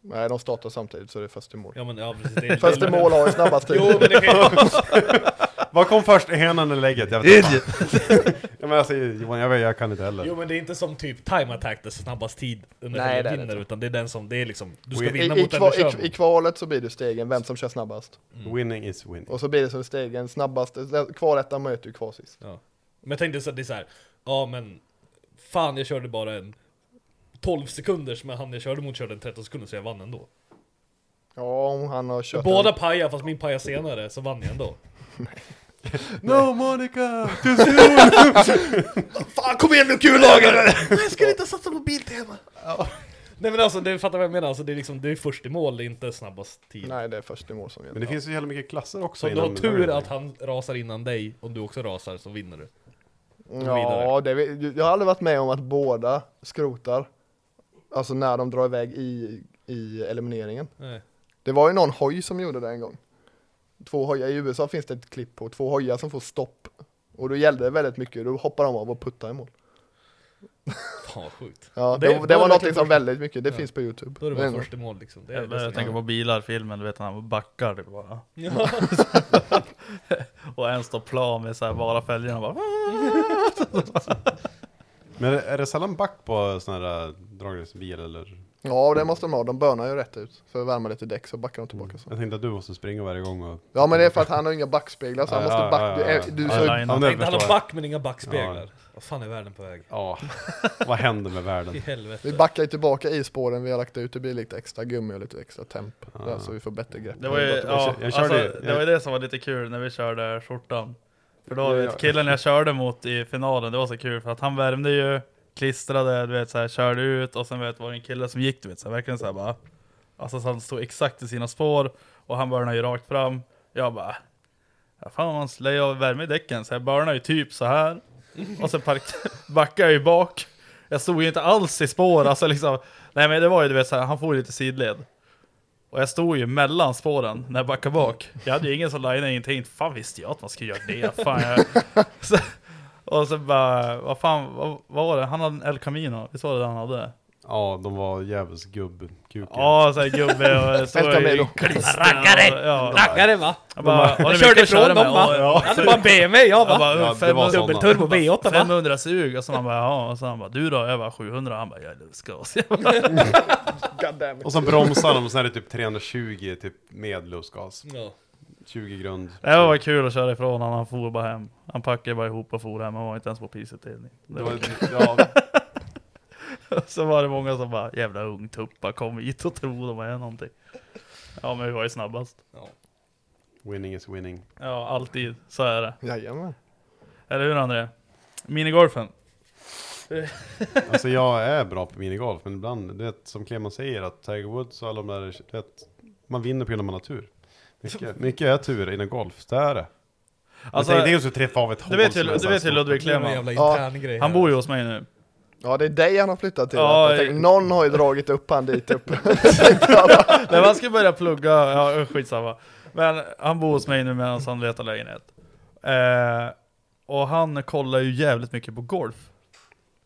Nej, de startar samtidigt så det är först i mål.
Ja men ja precis. Det är
Först i mål har ju snabbast tid.
Jo men det kan ju...
Vad kom först, hönan eller lägget? Jag vet inte. *laughs* ja, men alltså, Johan, jag, vet, jag kan inte heller.
Jo men det är inte som typ time attack där snabbast tid under
Nej, det är det
vinner
inte.
utan det är den som, det är liksom, du ska
Och i-
vinna
I, i,
mot den du
kva,
kör
i, I
mot.
kvalet så blir det stegen, vem som kör snabbast.
Mm.
Winning is winning.
Och så blir det som stegen, snabbast, kvalettan möter ju kvalsist.
Ja. Men jag tänkte så att det är så här, ja men fan jag körde bara en 12 sekunders men han jag körde mot körde en 13 sekunder så jag vann ändå.
Ja, om han har kört...
Båda pajar fast min pajar senare så vann jag ändå.
No Monica!
Fan kom igen nu kulagare! Jag skulle inte satsa på Biltema! Nej men alltså, det fattar vad jag menar, alltså, det är liksom, det är först i mål, det är inte snabbast tid.
Nej, det är först i mål som
Men
gäller.
det finns ju jävla mycket klasser också.
Så om du har
inom-
tur att han rasar innan dig, om du också rasar så vinner du.
Ja, det, jag har aldrig varit med om att båda skrotar. Alltså när de drar iväg i, i elimineringen.
Nej.
Det var ju någon hoj som gjorde det en gång. Två hojar, i USA finns det ett klipp på två hojar som får stopp. Och då gällde det väldigt mycket, då hoppar de av och puttar i mål.
Fan vad sjukt.
Ja,
Det-
det, det,
då är
var
det
något
verkligen
som
först-
väldigt mycket, det
Ja.
finns på youtube.
Då är det
Det
bara
är nog-
första mål liksom. Det är
Eller jag tänker på bilar, filmen, du vet när han backar typ
*laughs*
bara.
Ja.
Och en står plan med så här bara fälgarna bara.
Men är det sällan back på sådana här dragresbil eller?
Ja, det måste de ha, de bönar ju rätt ut. För att värma lite däck så backar de tillbaka så.
Jag tänkte att du måste springa varje gång och...
Ja men det är för att han har inga backspeglar så Alltså, han
Ja,
måste
ja,
backa.
ja, ja.
Du, du,
Ja,
så,
line-
Ja, nu
Tänkte han
förstår
har
jag.
back men inga backspeglar. Vad fan är världen på väg?
Ja, *laughs* vad händer med
*laughs*
världen?
I
vi
helvete.
backar ju tillbaka i spåren vi har lagt ut, det blir lite extra gummi och lite extra temp. Där, så Alltså, vi får bättre grepp.
Det var ju, ja,
Jag körde
alltså,
ju-
det var ju det som var lite kul när vi körde skjortan. För då,
Ja,
vet,
ja.
killen jag körde mot i finalen, det var så kul för att han värmde ju, klistrade, du vet så här, körde ut och sen vet, var det en kille som gick, du vet så här, verkligen så här bara. Alltså så han stod exakt i sina spår och han börnade ju rakt fram. Jag bara, ja, fan man slår jag värme i däcken så jag börnade ju typ så här. Och sen park- *laughs* backade jag ju bak. Jag stod ju inte alls i spår, alltså liksom. Nej men det var ju du vet så här, han får ju lite sidled. Och jag stod ju mellan spåren när jag backade bak. Jag hade ju ingen som linade ingenting. Fan visste jag att man skulle göra det. Fan, jag... *laughs* så, och så bara, vad fan, vad, vad var det? Han hade en El Camino, visst var det den han hade?
Ja, de var djävuls gubbkukar.
Ja, såhär gubbe *laughs* och
El Camino.
Rackare! Ja,
Rackare va?
jag bara, har ni
Jag körde
mycket att köra
ifrån
med?
dem va? Jag
Ja,
hade bara en BMW jag
Jag
va?
bara,
Ja, det var
500,
såna.
Dubbelturbo V8 va?
500 sug och så han bara ja, och så han bara du då? Jag bara 700 han bara jag älskar oss. Jag bara,
Och sen bromsar de och sen är det typ 320 typ med lustgas.
Ja.
20 grund.
det var kul att köra ifrån honom, han for bara hem. Han packade bara ihop och for hem, han var inte ens på prisutdelning. Det
Det
var
var, ja,
Så var det många som bara jävla ungtuppar kom hit och tro de är någonting. Ja men vi var ju snabbast.
winning is winning.
Ja alltid, så är det.
Jajamän.
Eller hur André? Minigolfen.
Alltså jag är bra på minigolf, men ibland, du vet som Clemens säger att Tiger Woods och alla de där, du vet, man vinner på grund av man har tur. Mycket, mycket är tur inom golf, det är det.
Alltså,
Alltså, det är ju så att träffa av ett
Du
hål
vet ju,
som är så
du
här
vet ju
stort.
Ludvig
Det är någon
Kleman.
jävla
Ja.
intern grej.
Han
här.
bor ju hos mig nu.
Ja det är dig han har flyttat till.
Ja,
jag tänkte,
eh.
någon har ju dragit upp han dit upp.
*laughs*
*laughs*
Nej, man ska börja plugga, ja skitsamma. Men han bor hos mig nu medan han letar lägenhet. Eh, och han kollar ju jävligt mycket på golf.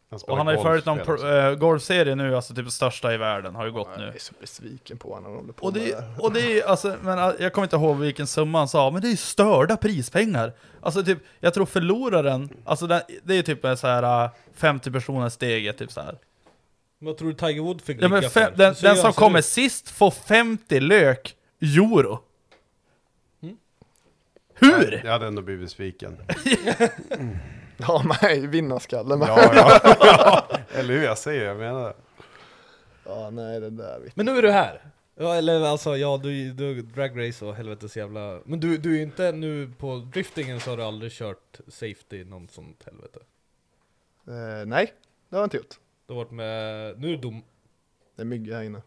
spelar
Och han har ju
golf,
följt någon
spelar
pro- eh, golfserie nu, alltså typ största i världen har ju gått nu.
Jag är så besviken på honom när han håller på
Och
med
det,
det.
och det är alltså, men ah, jag kommer inte ihåg vilken summa han sa, men det är ju störda prispengar. Alltså typ, jag tror förloraren, alltså den, det är typ en så här ah, 50 personer steget typ så här.
Vad tror du Tiger Wood fick
Ja, men
ligga
fem,
för?
den,
Så
den
gör
som
han så
kommer
ut.
sist får 50 lök euro.
Mm.
Hur?
Jag hade ändå
*laughs*
blivit besviken.
Ja nej, vinnarskallen. Ja.
Ja, ja,
*laughs*
ja. *laughs* Eller hur jag säger, jag menar det.
nej det där vet
Men nu är du här! Ja eller alltså ja, du, du drag race och helvetes jävla... Men du, du är inte nu på driftingen så har du aldrig kört safety någon sånt helvete?
jag. Eh, nej, det har jag inte gjort.
Du har varit med... Nu är du dom...
Det är mygga här inne.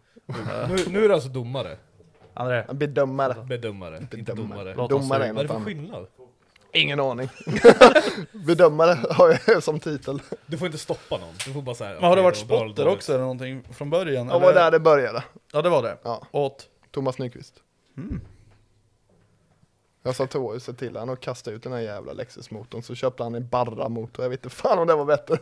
Nu, nu är du alltså domare?
André?
Bedömare.
Bedömare, inte domare.
Bedömare.
Låt oss
Domare
se.
är
Vad är det
något
för
annat.
skillnad?
Ingen aning. *laughs* Bedömare har jag som titel.
Du får inte stoppa någon, du får bara säga
Men har det varit spotter också eller någonting från början?
Det var
eller?
där det började.
Ja det var det.
Ja.
Åt? Mm.
Thomas Nyqvist. Jag sa till Åhus, se till han och kasta ut den här jävla Lexus-motorn, så köpte han en Barra-motor, jag vet inte fan om det
*laughs*
var bättre.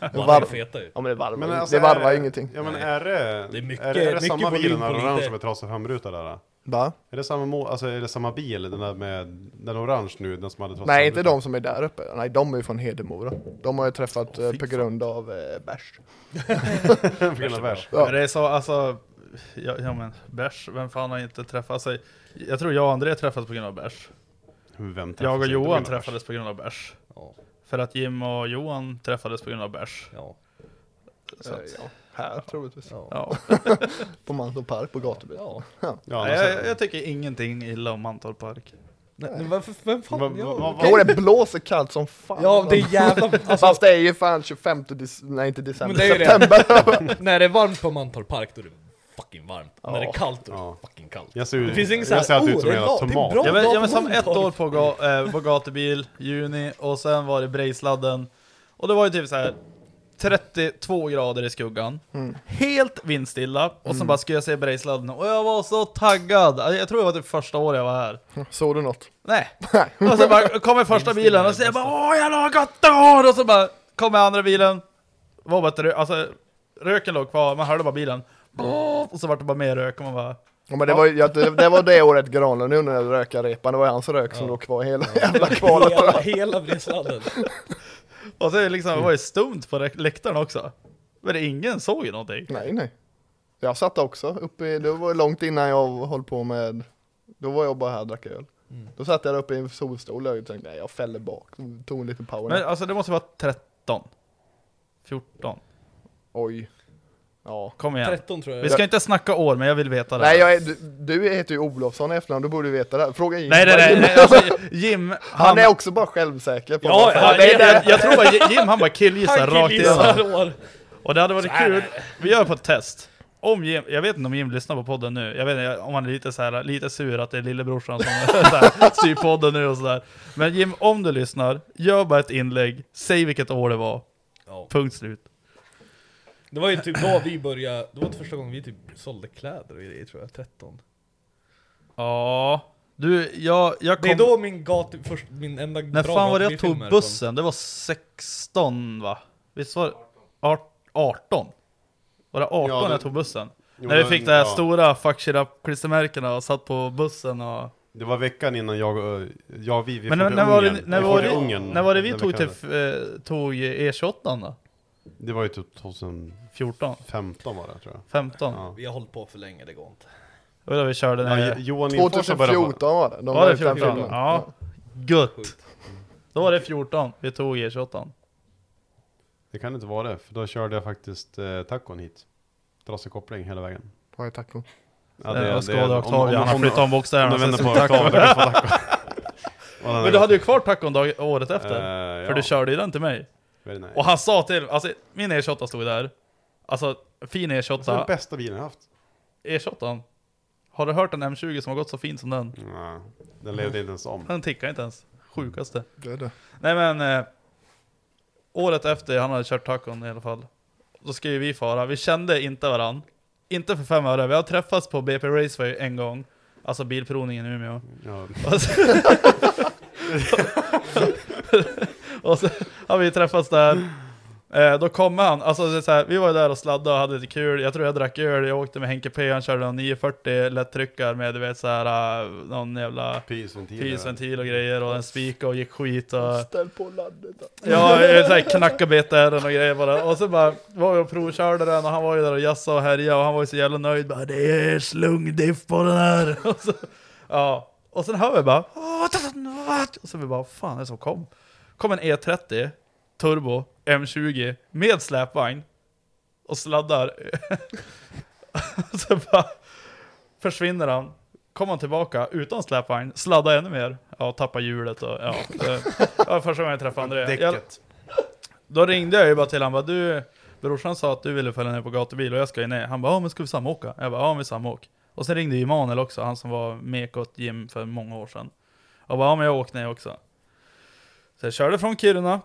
Var
Varv-
feta ju.
Ja men det varvar,
Men
ju-
alltså,
det varvar
är
ju ingenting.
Ja men är det,
Det är mycket-
är det, är det
mycket
samma bil
volym
den där
på lite.
orange med trasig framruta där? då?
Va?
Är det samma, må- alltså, är det samma bil, den där med den orange nu, den som hade trasig
Nej inte
framruta? *laughs*
de som är där uppe, nej de är ju från Hedemora. De har jag träffat eh, på grund av eh, bärs.
För hela världen.
Ja.
Men det är så, alltså, ja, ja men bärs, vem fan har inte träffat alltså, Jag tror jag och André träffades på grund av bärs.
Vem träffas
Jag och
inte på
Johan
grund av bärs?
träffades på grund av bärs.
Ja.
För att Jim och Johan träffades på grund av bärs.
Ja.
Så att-
Eh, ja, här troligtvis.
Ja.
Ja.
*laughs* På Mantorp Park på Gatubyn.
Ja.
Ja,
Nej,
annars-
jag, jag tycker ingenting illa om Mantorp Park.
Nej, men varför, vem fan?
Vad- vad- vad-
Jo det blåser kallt som fan.
Ja, det är jävla... Alltså,
Fast det är ju fan 25 dec- nej inte december,
Men det är ju det.
september.
när det är varmt på Mantorp Park då är det fucking varmt. När det är kallt då är det
Ja.
fucking kallt.
Jag ser, ut-
Det finns ingen så
jag
här,
ser alltid
"Oh,
ut som en
det är
jävla
bra, det är
tomat.
bra.
Jag, vet, jag var som ett
Mantorp.
år på, ga, eh, på gatubil, juni, och sen var det Brejsladden. Och det var ju typ så här 32 grader i skuggan.
Mm.
Helt vindstilla, och sen bara skulle jag se Brejsladden, och jag var så taggad! Alltså, Jag tror det var typ första året jag var här.
Såg du något? *laughs*
Nej! Och så bara kommer första bilen och så jag bara åh jävlar vad gott det var! Och så bara kommer andra bilen, var bara ett rö- alltså röken låg kvar, man hörde bara bilen. Och så vart det bara mer rök och man bara
Ja, men det, var, ju- ja, det, det var
*laughs*
det året Granlund nu när rökarrepan, det var ju hans rök som låg kvar hela jävla kvalet.
Hela, hela Vresladden.
Och så är det liksom, det var ju stumt på rä- läktaren också. Men det- ingen såg ju någonting.
Nej, nej. Jag satt också uppe, i- det var långt innan jag höll på med, då var jag bara här och drack öl.
Mm.
Då satt jag där uppe i en solstol och tänkte nej jag fäller bak, tog en liten power
Men
nap.
alltså det måste vara 13. 14.
Oj. Ja.
Kom igen.
13 tror jag.
Vi ska inte snacka år men jag vill veta det.
Nej
här.
jag är, du, du heter ju Olofsson i efternamn, du borde ju veta det. här. Fråga Jim.
nej, nej,
*laughs*
nej, nej. Alltså, Jim, han...
Han, är också bara självsäker på
Ja,
vad han
ja,
säger. det, är
jag, jag tror bara Jim han bara killgissar
Han
rakt igenom.
killgissar år.
Och det hade varit
Så här
kul,
är det.
vi gör på ett test. Om Jim, jag vet inte om Jim lyssnar på podden nu, jag vet inte om han är lite, så här, lite sur att det är lillebrorsan som så
*laughs*
här, styr podden nu och sådär. Men Jim, om du lyssnar, gör bara ett inlägg, säg vilket år det var.
Ja.
Punkt slut.
Det var ju typ då vi började, det var inte första gången vi typ sålde kläder och grejer tror jag, 13.
Ja, du, jag, jag kom...
Det är då min gatu, först, min enda
när
bra
fan var det jag
gatufilm
tog
är
bussen? Det var 16 va? Visst var det? art- 18? Var det 18
Ja, det-
jag tog bussen?
Jo,
När vi
det-
fick det här
ja.
stora 'fuck shit up' klistermärkena och satt på bussen och...
Det var veckan innan jag och eh, jag och vi, vi
Men när,
for till
när, var det,
Ungern.
när,
Vi
var
for till
det,
Ungern
när var det vi
Mm, den
tog, till,
veckan.
eh, tog E28 då?
Det var ju typ 2015
14?
var det tror jag.
15?
från. Vi har hållit på för länge, det går inte.
Det var då vi körde den
Ja,
här...
Johan Lindfors har börjat på
2014 var det, de
var
la
det
ut den
14?
filmen.
Ja. Gött! Då var det 14 vi tog E E28.
Det kan inte vara det, för då körde jag faktiskt eh, tacon hit. Trasig koppling hela vägen.
Vad är tacon?
Ja,
Eh, och Skoda
om-
Octavia, han flyttade om
Om
bokstäverna.
du
sen
vänder
så-
*laughs* på Octavia, då kan du få tacon. Och den
Men
är
du
god.
hade ju kvar tacon dag, året efter.
Eh,
För
ja.
du körde ju den till mig.
Very nice.
Och han sa till, alltså min E28 stod där. Alltså, fin
Det är den
E28.
bästa bilen jag haft.
E28. Har du hört en M20 som har gått så fint som den?
Ja, den levde inte ens om.
Den tickar inte ens. Sjukaste.
Det är det.
Nej men, eh, året efter han hade kört tacon i alla fall, då ska ju vi fara. Vi kände inte varann. Inte för fem öre. Vi har träffats på BP Raceway en gång, alltså bilprovningen i Umeå.
Mm.
Ja.
Och så, *laughs* och så har vi träffats där. Eh, då kommer han, alltså det är så här, vi var ju där och sladdade och hade lite kul, jag tror jag drack öl, jag åkte med Henke P, han körde en 940 lättryckare med du vet såhär, någon jävla
Pysventiler.
pysventil och grejer och en spika och gick skit och...
Ställ på landet.
Ja, jag så här knacka BTR och grejer bara. Och så bara var vi och provkörde den och han var ju där och jassade och härjade och han var ju så jävla nöjd. Bara, det är slungdiff på den här. *laughs* Och så, ja. och sen hör vi bara... Och så vi bara, fan är det som kom? Kom en E30 Turbo M20 med släpvagn och sladdar. *laughs* och så bara försvinner han. Kommer han tillbaka utan släpvagn, sladdar ännu mer. Ja, tappar hjulet och ja. Det det var första gången jag träffade André. Jag,
Däcket.
då ringde jag ju bara till han bara du, brorsan sa att du ville följa ner på gatubil och jag ska ju ner. Han bara ja men ska vi samåka? Jag bara ja men vi samåk. Och sen ringde ju Manuel också, han som var med åt gym för många år sedan. Och bara, ja men jag åkte ner också. Så jag körde från Kiruna,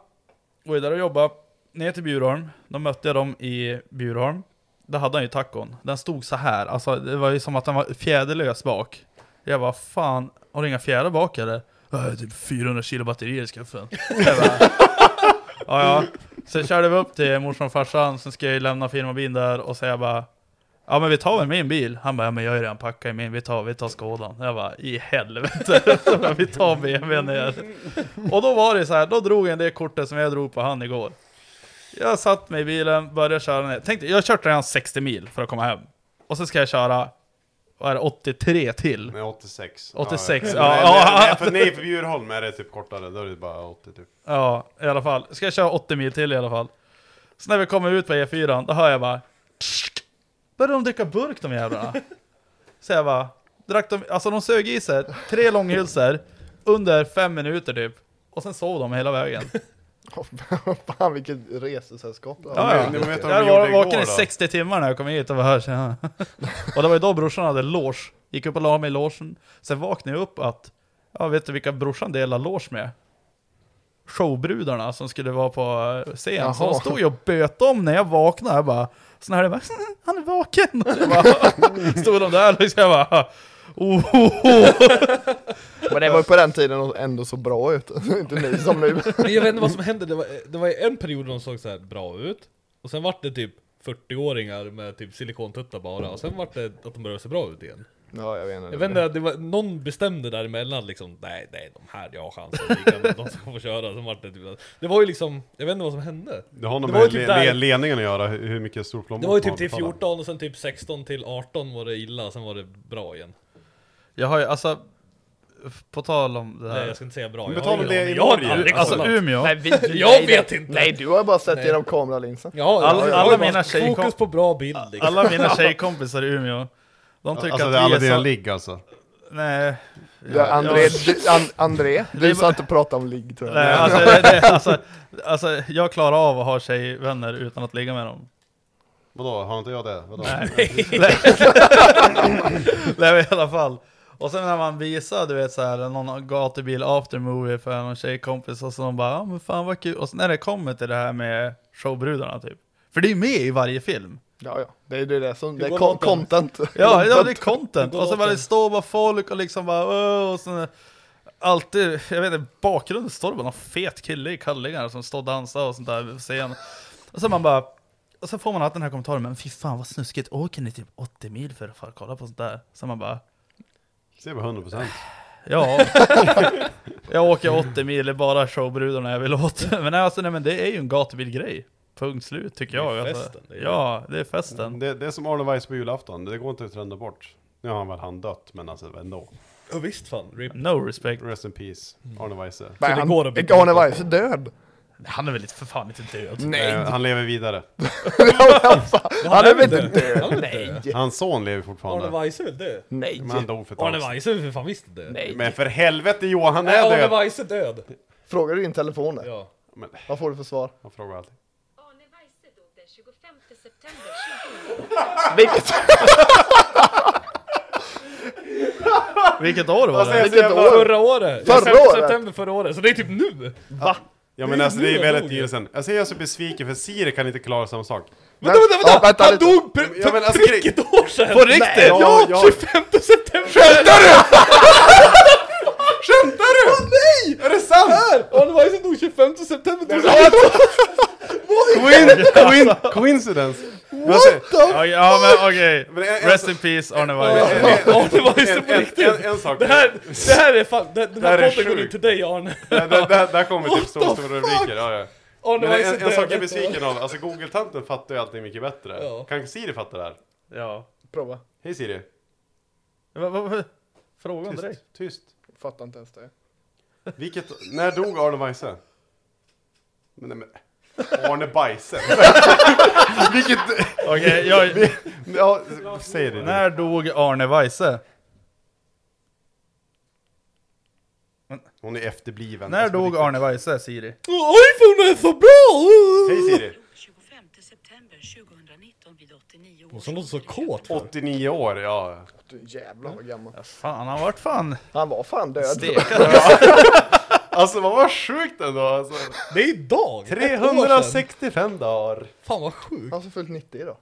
var där och jobbade, ner till Bjurholm. Då mötte jag dem i Bjurholm. Där hade han ju tacon. Den stod så här, alltså det var ju som att den var fjäderlös bak. Jag bara, fan, har du inga fjädrar bak eller? "Äh, Typ 400 kilo batterier i skaffen. Jag bara, *laughs* ja, ja. Så körde vi upp till morsan och farsan, sen ska jag ju lämna firmabilen där och så jag bara Ja men vi tar väl min bil? Han bara, ja, men jag är redan packad i min, vi tar, vi tar skådan. Jag bara, i helvete! *laughs* Så bara, vi tar BMWn ner. Och då var det så här, då drog jag det kortet som jag drog på han igår. Jag satt mig i bilen, började köra ner. Tänkte, jag har kört redan 60 mil för att komma hem. Och så ska jag köra, vad är det, 83 till?
Nej, 86.
86,
ja.
ja.
Nej,
Ja.
nej, nej, för, nej, för Bjurholm är det typ kortare, då är det bara 80 typ.
Ja, i alla fall. Ska jag köra 80 mil till i alla fall. Så när vi kommer ut på E4, då hör jag bara... Börjar de dricka burk de *laughs* jävlarna? Så jag bara... Drack de, alltså de sög i sig tre långhylsor under fem minuter typ. Och sen sov de hela *laughs* vägen.
Fan vilket resesällskap det
Ja, ja.
men vet du vad
jag
de
var
gjorde igår
vaken i
då?
60 timmar när jag kom hit och var här sen. *laughs* Och det var ju då brorsan hade loge. Gick upp och la mig i logen. Sen vaknade jag upp att... Ja, vet du vilka brorsan delar loge med? Showbrudarna som skulle vara på eh, scen. Så
Jaha.
de stod ju och böt om när jag vaknade. Jag bara... Så när jag bara... *laughs* Han är vaken! Så jag bara, *laughs* stod de där liksom. Jag bara... *laughs* Oh, oh, oh.
*laughs* Men det var ju på den tiden och ändå så bra ut, inte nu
*laughs*
som nu
Men jag vet inte vad som hände, det var, det var en period de såg så här bra ut Och sen vart det typ 40-åringar med typ silikontuttar bara Och sen vart det att de började se bra ut igen
Ja jag vet inte
Jag vet inte, det var, någon bestämde däremellan liksom Nej, nej de här, jag har chansen, det är de som får köra Sen vart det typ Det var ju liksom, jag vet inte vad som hände
Det har nog
Det var ju
med
typ
le,
där-
le, ledningen att göra, hur hur mycket storplånbok
Det var ju typ
man
till
betalar.
14 och sen typ 16 till 18 var det illa, sen var det bra igen
Jag har ju alltså... På tal om det här.
Nej jag ska inte säga bra,
Men
jag
betala
har ingen
det
aning.
i
Jag har
Norge.
aldrig
alltså
kollat.
Umeå.
Nej, vi, du,
Jag
nej,
vet
nej,
inte.
Nej du har ju bara sett
Nej.
genom kameralinsen
Ja,
Alla-
ja, ja,
alla
ja.
mina tjejkom-
Fokus på bra bild liksom.
Alla mina tjejkompisar i Umeå. De tycker
Alltså
att
det
vi
är alla
är
dina
så...
ligg alltså.
Nej.
ja, André, du, an, André,
Det är
du ska
bara-
inte prata om ligg tror jag
Nej, alltså, det, det, alltså, alltså, jag klarar av att ha tjejvänner utan att ligga med dem.
Vadå, har inte jag det? Vadå?
Nej, *laughs* Nej, men i alla fall. Och sen när man visar, du vet så här, någon gatubil aftermovie för någon tjejkompis och så de bara, ja men fan vad kul. Och så när det kommer till det här med showbrudarna typ. För det är ju med i varje film.
Ja ja, det är det, är det som, det
går
är kon-
låten?
content
Ja, ja det är content.
Då
Och så bara det
låter-
står bara folk och liksom bara "Åh", och sen alltid, jag vet inte, bakgrunden står det bara någon fet kille i kallingar som står och dansar och sånt där på scen. Och så man bara, och så får man alltid den här kommentaren, men fy fan vad snuskigt, åker ni typ 80 mil för att fara och kolla på sånt där? Så man bara,
Ser bara 100%.
*laughs*
ja, jag åker 80 mil, det är bara showbrudarna jag vill åt. *laughs* Men nej, alltså, nej men det är ju en gatubilgrej. Punkt slut tycker jag.
Det är
Alltså.
festen, det är- Mm.
Ja, det är festen.
Det, det är som Arne Weiss på julafton, det går inte att trenda bort. Nu har han väl han dött, men alltså ändå.
Ja, visst fan, RIP.
No respect.
Rest in peace,
Mm.
Arne Weise.
Nej,
det
han,
går att byta
Arne Weiss är död
Han är väl inte för fan inte död.
Nej,
Eh, Han lever vidare.
han är väl inte död?
Han är väl död.
Hans son lever fortfarande.
Arne Weise är väl död?
Nej!
Men han dog för ett
Arne
tag sedan.
Weise är väl för fan visst död? Nej,
Men för helvete Johan, han är
Arne
död!
Weise är död!
Frågar du din telefon där?
Ja.
Men,
Vad får du för svar?
han frågar alltid.
Vilket,
Vilket år var det?
vilket år?
Förra året!
Förra
September-
året?
September förra året, så det är typ nu!
Va?
Ja men alltså det är
nu han
väldigt
dog.
nyligen sen. Alltså jag är så besviken för Siri kan inte klara samma sak.
Vänta, vänta, vänta!
Ja, vänta
han
lite.
dog pr-
Ja,
för
men alltså,
prick
grej-
ett år sedan!
På riktigt?
Nej, ja,
Ja,
25 september!
Skämtar du? nej! Är det sant?
Arne Weise dog 25 september 2000!
Quin, quin, coincidence! What the
Ja, ja men okej,
Men en- en
rest
sak-
in peace Arne Weise.
Arne Weise på
en, en,
riktigt!
en sak.
Det här, det här är fan, den, den
Det här
här
är
podden går
sjukt.
ut till dig Arne!
Där, där, där, där kommer typ så
What the
stora rubriker. Ja, ja.
Arne
Men
Weise
en,
är
en sak jag är
död!
besviken av, alltså Google-tanten fattar ju allting mycket bättre.
Ja.
Kan Siri fatta det här?
Ja.
Prova,
Hej Siri.
Va- va- va- Frågan direkt.
*laughs*
Tyst. Tyst.
fattar inte ens det
Vilket, när dog Arne Weise? Men, nej, men, Arne Bajse? Vilket,
Okej,
*laughs*
jag,
ja, säg det nu.
när dog Arne Weise?
Hon är
Alltså,
efterbliven.
När dog Arne Weise Siri?
Åh, iPhone är så bra!
Hej Siri.
september 2019 vid 89
Och så låter så kåt.
89 år, ja.
Du jävlar vad gammal.
Fan, han vart fan...
Han var fan död.
Alltså vad var sjukt ändå alltså.
Det är idag! ett år sedan.
365 dagar.
Fan vad sjukt.
Han som fyllt 90 idag.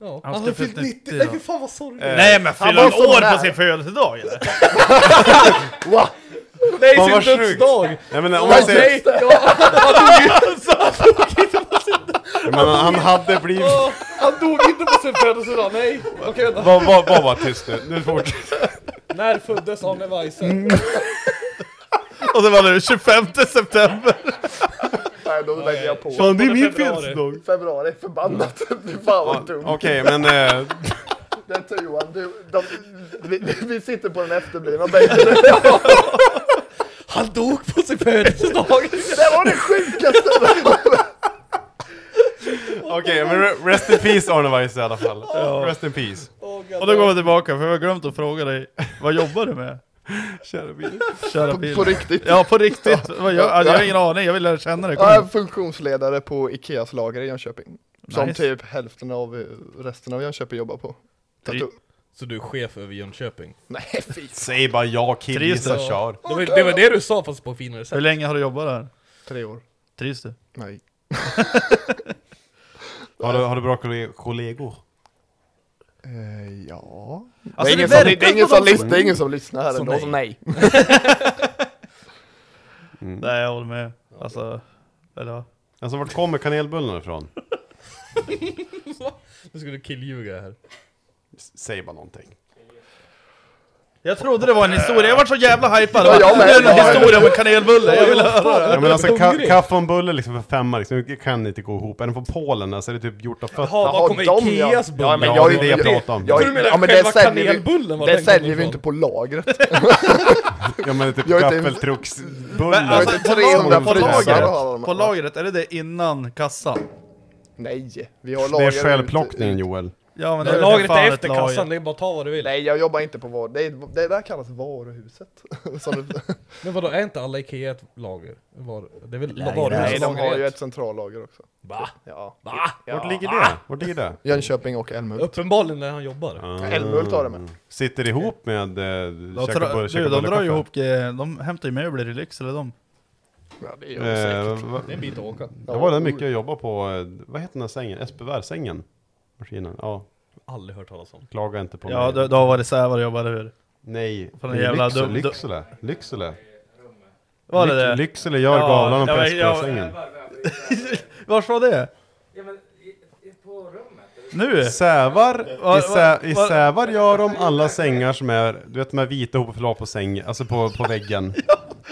Ja.
Han
Han har
ska
fyllt
fyllt
90,
90,
nej
ja.
fy fan vad sorgligt.
Nej men
han
fyller
var
han
så
år
nära.
på sin födelsedag
*laughs*
eller?
Wow!
Nej,
Fan, vad
sin
sjukt.
dödsdag!
Nej men om man ser,
*laughs*
Alltså.
men han hade blivit...
Han dog inte på sin födelsedag, nej! Okej vänta.
Vad var, var, tyst nu, nu fortsätt.
När föddes Arne
Mm. *laughs*
Weise?
Och det var den 25 september!
Nej, då lägger jag på.
Fan det är min
februari.
födelsedag.
Februari, förbannat. Fy fan vad dumt.
Okej men, eh,
Det är tur Johan, du, de, vi, vi sitter på den efterblivna bänken.
*laughs* Han dog på sin födelsedag!
Det var det sjukaste!
okej men re- rest in peace Arne Weise i alla fall. Rest in peace.
Och då går vi tillbaka, för jag har glömt att fråga dig, vad jobbar du med?
Kära bil.
Köra
På,
bil?
på riktigt.
Ja på riktigt, vad gör, alltså, jag har ingen aning, jag vill lära känna dig.
Jag är
Kom.
funktionsledare på Ikeas lager i Jönköping. Som
Nice.
typ hälften av eh, resten av Jönköping jobbar på. Tatu-
Så du är chef över Jönköping?
Nej fy fan.
Säg bara ja kill,
Trivs
gissa,
du?
kör.
Det var det, var det du sa fast på finare
Hur
sätt.
länge har du jobbat där?
Tre år.
Trivs du?
Nej.
Har du, har du bra kolle- kollegor?
Eh, ja.
Alltså,
det är ingen,
det
som,
verkar
det är ingen,
på
som,
dem
lys- det är ingen som lyssnar här
Så
ändå,
nej.
så nej. *laughs* Mm.
Nej jag håller med. Alltså, eller vad?
Alltså vart kommer kanelbullarna ifrån?
Nu skulle du killljuga här.
S- Säg bara någonting.
Jag trodde det var en historia, jag var så jävla hypad!
Ja, jag med.
Det är en
Ja, jag-
historia om en kanelbulle, jag vill höra!
Ja, men alltså ka-
Hungrig.
kaffe och en bulle liksom för femma liksom, det kan inte gå ihop. Är den från Polen alltså, är det typ gjort av fötter?
Jaha, var
Jaha,
kommer
dem, ja.
Ikeas bulle?
Ja, men jag- det är det jag pratar om.
Så du menar själva
vi-
kanelbullen var
Det
den
säljer
kommer
vi
ifrån?
inte på
Mm.
lagret.
Ja men typ
Jag är inte-
gaffeltrucksbullar.
Men alltså,
inte
på
300
lagret, på
frysar har
lagret,
de.
på lagret, är det det innan kassan?
Nej, vi har
Det
lager.
är
ute-
självplockningen Joel.
Ja men det
Nej,
är
Lagret
fan
är
ett
efter
lager.
kassan, det är bara att ta vad du vill.
Nej, jag jobbar inte på var. Det, är, det där kallas varuhuset. *laughs* Som det,
*laughs* Men vadå, är inte alla Ikea ett lager? Var, det är väl
Nej,
nej,
varuhuslagret?
de har ju ett centrallager också.
Va?
Ja.
Va?
Vart ligger det? Vart ligger det?
Jönköping och Älmhult.
Uppenbarligen när han jobbar.
Älmhult har det med.
Sitter ihop med...
De,
Eh,
drar-
käka,
du, de drar ju ihop, eh, de hämtar ju möbler i Lycksele de.
Ja, det
Eh,
gör det säkert.
va-
Det är en bit att åka.
det var den mycket jag jobbade på, eh, vad heter den där sängen? SPVR-sängen? Maskinen? Ja,
Aldrig hört talas om.
klaga inte på
Ja,
mig.
då, då var det Sävar jobbade hur?
Nej,
Fan, den jävla
Lycksele,
dum-
Lycksele, Lycksele.
Var det
Lyck-
det?
Lycksele gör
Ja,
Gavlarna
ja,
på
men- ja,
SPVR-sängen.
Vars var det? Nu?
Sävar,
Va-
i, sä, i
va-
Sävar gör de alla sängar som är, du vet de här vita hopflak på säng, alltså på, på väggen.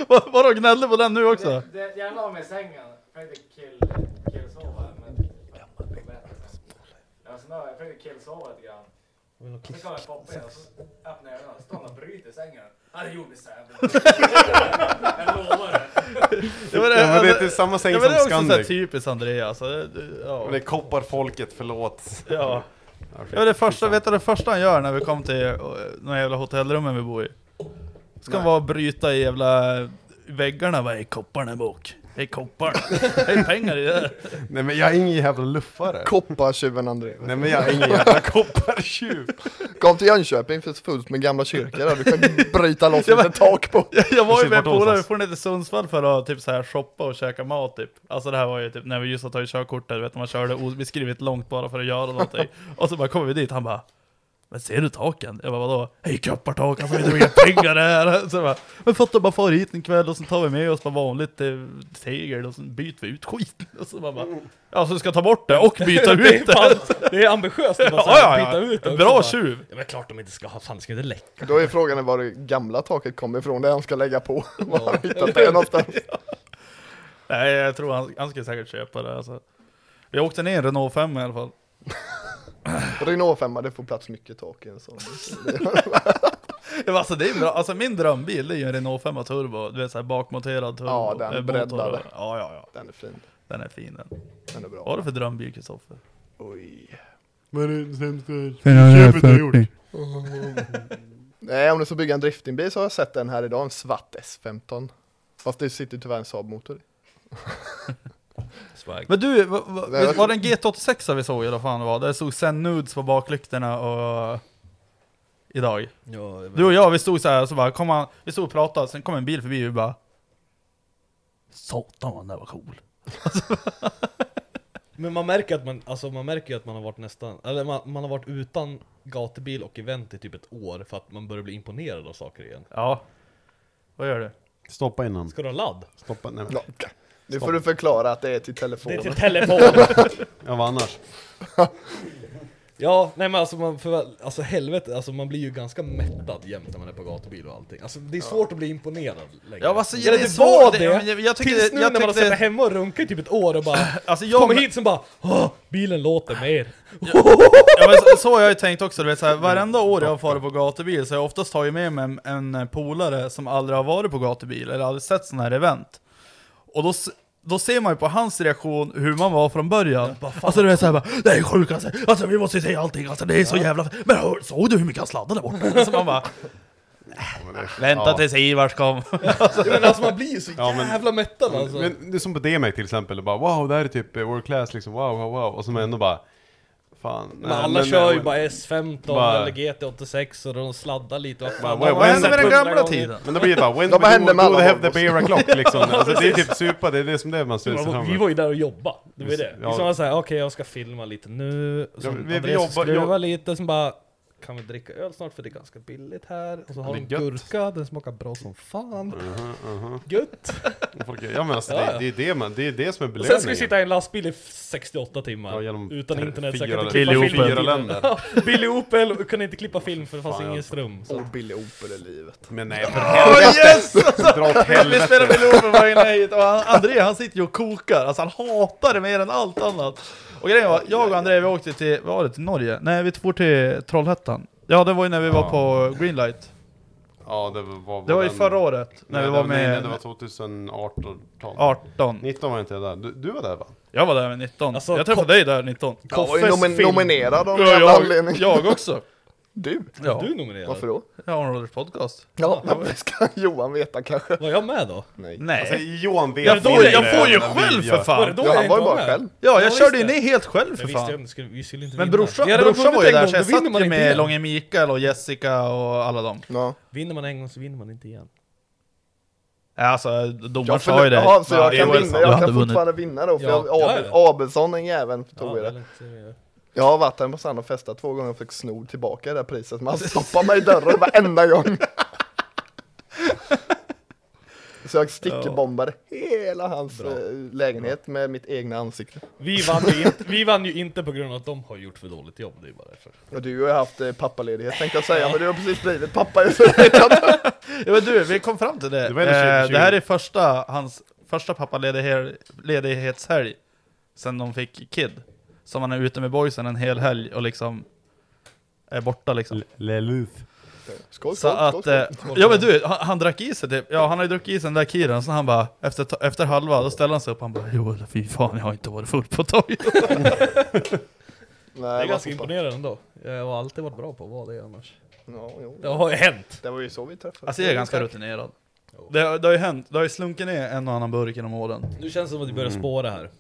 Var, var de gnällde på den nu också?
Jag la mig i sängen, försökte kill, killsova, men... Jag snö, jag försökte killsova lite grann. Så kom jag poppa in och så öppnade jag ögonen och stod han och bryter i sängen. Ja, det
*laughs*
gjorde Säve. Jag lovar det.
Det var
Ja, men det är typ samma säng
ja,
som
men det är också så här
Scandic.
typiskt Andreas. Alltså, det- det- ja.
Det koppar folket, förlåt.
Ja. Ja, det första, vet du det första han gör när vi kom till eh, de här jävla hotellrummen vi bor i? Ska han vara och bryta i jävla väggarna bara, hej kopparna bok, hej koppar, hej pengar i det här.
Nej men jag är ingen jävla luffare.
Koppartjuven André.
Nej men jag är ingen jävla koppartjuv.
Kom till Jönköping, finns fullt med gamla kyrkor där du
*laughs*
kan bryta loss lite tak på.
Jag, *laughs* jag var ju med
Precis, vart då
polare
någonstans?
från till Sundsvall för att typ så här shoppa och käka mat typ. Alltså det här var ju typ när vi just hade tagit körkort där, du vet man körde obeskrivligt långt bara för att göra
*laughs*
någonting. Och så bara kommer vi dit, han bara men ser du taken? Jag bara vadå? Hej koppartaken som inte har inga pengar det här! *laughs* Så jag bara, men fatta bara far hit en kväll och så tar vi med oss bara vanligt eh, tegel och så byter vi ut skiten. Och så man bara, ja så du ska ta bort det och byta
*laughs* Det
ut
är,
det!
fan, det är
*laughs*
ambitiöst att bara
Ja,
så här
ja,
byta ut
ja.
det
Bra
också bara.
tjuv!
Ja men klart de inte ska ha, fan det ska inte läcka.
Då är frågan var det gamla taket kommer ifrån, det han ska lägga på. Var har han hittat det någonstans?
*laughs* Nej jag tror han, han skulle säkert köpa det alltså. Vi åkte ner i en Renault 5 i alla fall.
*laughs* Renault 5, det får plats mycket tak i en sån.
Ja, men Alltså, det är bra. alltså min drömbil det är ju en Renault 5 turbo, du vet såhär bakmonterad turbo.
Ja, den
eh, motor.
breddade.
Ja, ja, ja.
Den är fin,
Den är fin den.
den är
Vad har
bra.
du för drömbil Kristoffer?
Oj.
Vad är det sämsta
Ferrari
köpet du har gjort?
Nej, om du ska bygga en driftingbil så har jag sett den här idag, en svart S15. Fast det sitter tyvärr en Saab-motor i.
Swag.
Men du, va, va,
Det var-
var det en GT86 vi såg eller vad fan det var? Där det stod sen nudes på baklyktorna och... Idag.
Ja, jag vet.
du och jag, vi stod så här, så bara kom han, vi stod och pratade, sen kom en bil förbi och vi bara... Satan vad den där var cool.
*laughs* Men man märker att man, alltså man märker ju att man har varit nästan, eller man, man har varit utan gatubil och event i typ ett år för att man börjar bli imponerad av saker igen.
Ja. Vad gör du?
Stoppa in den.
Ska du ha ladd?
Stoppa, nej men.
Ja. Nu får du förklara att det är till telefon.
Det är till telefon!
Ja, vad annars?
*laughs* Ja, nej men alltså, man förväl, alltså helvete, alltså man blir ju ganska mättad jämt när man är på gatubil och allting. Alltså det är svårt att bli imponerad längre.
Ja, men alltså,
Eller
det är
det
svårt,
var
det-
det!
men jag- jag tycker
Tills
det-
nu
jag
när man har
tyckte-
suttit hemma och runkat i typ ett år och bara
*laughs* Alltså, jag-
kommer hit som bara Åh, bilen låter mer!
*laughs* Ja, men så, så har jag ju tänkt också, du vet, så här, varenda år jag har farit på gatubil så har jag oftast tagit med mig en, en eh, polare som aldrig har varit på gatubil eller aldrig sett sådana här event. Och då, s- då ser man ju på hans reaktion hur man var från början. alltså du vet såhär bara Det är sjukt alltså, alltså vi måste se allting alltså, det är så jävla... Men hör, såg du hur mycket han sladdade där borta? *laughs* Alltså, man bara, Vänta
Ja.
tills Ivars kom. *laughs*
Ja, men alltså man blir ju så
Ja, men-
jävla mättad alltså!
Men det är som på DMX till exempel, och bara wow, det här är typ eh, world class liksom, wow, wow, wow. Och så man ändå bara, fan.
Men
nej,
alla
men-
kör ju
men-
bara S15
Bara-
eller GT86 och de sladdar lite. Vad
Bara,
fan,
vad-
har
vad
man
hände
sett
med den
hundra
gamla
gånger?
tiden?
Men då blir det bara, when
Ja, vad
we
hände
do,
med
do
alla
they have the
Volvos?
beer
*laughs*
o'clock liksom. Alltså det är
precis.
typ supa, det är det som det man ser
Men
sig
vad-
fram
Vi
emot.
var ju där och jobbade, det var ju det.
Ja.
Liksom ja. såhär, okej jag ska filma lite nu, och så
Ja, vi- vi
vi, Andreas
jobbar-
skruvar
jag-
lite, sen bara Kan vi dricka öl snart för det är ganska billigt här? Och så har
Det
de
är gött.
gurka, den smakar bra som fan.
Mhm, mhm.
Gött!
Och folk- Ja men alltså
Ja,
det,
ja.
det är det man, det är det som är
Och
belöningen.
sen ska vi sitta i en lastbil i f- 68 timmar,
Ja, genom
utan
tre-
internet så jag
fyra-
kan inte klippa
Billy
film.
Opel.
*laughs*
fyra länder.
Ja, Billy Opel, och kunde inte klippa film för det fanns
Fan,
ingen
jag-
ström. Så.
Och Billy Opel i livet.
Men nej, för
Åh
helvete!
yes!
Dra åt
Vi
helvete!
spelar med Lofer på vägen hit och han, André han sitter ju och kokar, alltså han hatar det mer än allt annat. Och grejen var, jag och André vi åkte till, vad var det, till Norge? Nej vi for till Trollhättan. Ja det var ju när vi var
Ja.
på Greenlight.
Ja det var, var
Det var ju
den-
förra året, när
Nej,
vi
det
var
nej, Nej,
med
det var 2018.
18.
19 var inte jag där. Du, du var där va?
Jag var där med 19.
Alltså,
jag träffade dig där 19.
Jag var ju nomi- nominerad av någon
Ja,
jävla
jag,
anledning.
jag också.
Du?
Ja,
Du är nominerad.
Varför då?
jag har en Rollers podcast.
Ja, *laughs* men det ska Johan veta kanske.
Var jag med då?
Nej.
Alltså Johan vet
jag, får,
mindre
jag får ju
än vi
själv
gör.
för
Var
fan!
det då
Ja,
jag
han
inte
var ju bara
med?
själv.
Ja, jag
visst
körde ju
det.
ner helt själv för
Men visst, jag
fan.
inte skulle- vi skulle inte
Men
vinna.
brorsan,
Vi hade
brorsan
vunnit
var ju
en
där
gång,
så jag
då vinner
satt
man
ju
inte
med
igen.
Långe Mikael och Jessica och alla dem.
Ja.
Vinner man en gång så vinner man inte igen.
Ja, Alltså domaren
Jag
sa ju det.
Ja, så jag
det
kan,
var ju
vinna,
sant.
jag
hade
kan
vunnit.
fortfarande vinna då, för
Ja.
jag,
Ja,
Ab-
ja.
Abelsson är en jävel tog
det är
det.
lugnt, det är-
Jag har varit där på stranden och festat två gånger och fick sno tillbaka det där priset, men han stoppade mig i dörren varenda gång. Så jag stickerbombade hela hans eh, lägenhet med mitt egna ansikte.
Vi vann, ju inte, vi vann ju inte på grund av att de har gjort för dåligt jobb, det är bara därför.
Och du har ju haft eh, pappaledighet tänkte jag säga, men du har precis blivit pappa. Så jag vet inte.
*laughs* Ja, men du, vi kom fram till det.
Det
Det,
var ändå
eh,
2020.
det här är första, hans första pappaledighetshelg sen de fick kid. Så man är ute med boysen en hel helg och liksom är borta liksom.
Leluth.
Skål, skål,
Så
skål,
att,
skål.
eh, ja men du, han, han drack i sig typ, ja han har ju druckit i sig den där kiren, så han bara, efter, ta- efter halva, då ställer han sig upp och han bara Joel, fy fan jag har inte varit full på ett
*laughs*
tag.
Nej,
Det är
vad
ganska
fan.
imponerande ändå. Jag har alltid varit bra på vad det är annars.
Ja, jo.
Det har ju hänt!
Det var ju så vi träffades.
Alltså jag är ganska rutinerad. Det, har- det har ju hänt, det har ju slunkit ner en och annan burk genom åren.
Nu känns det som att vi börjar spåra här.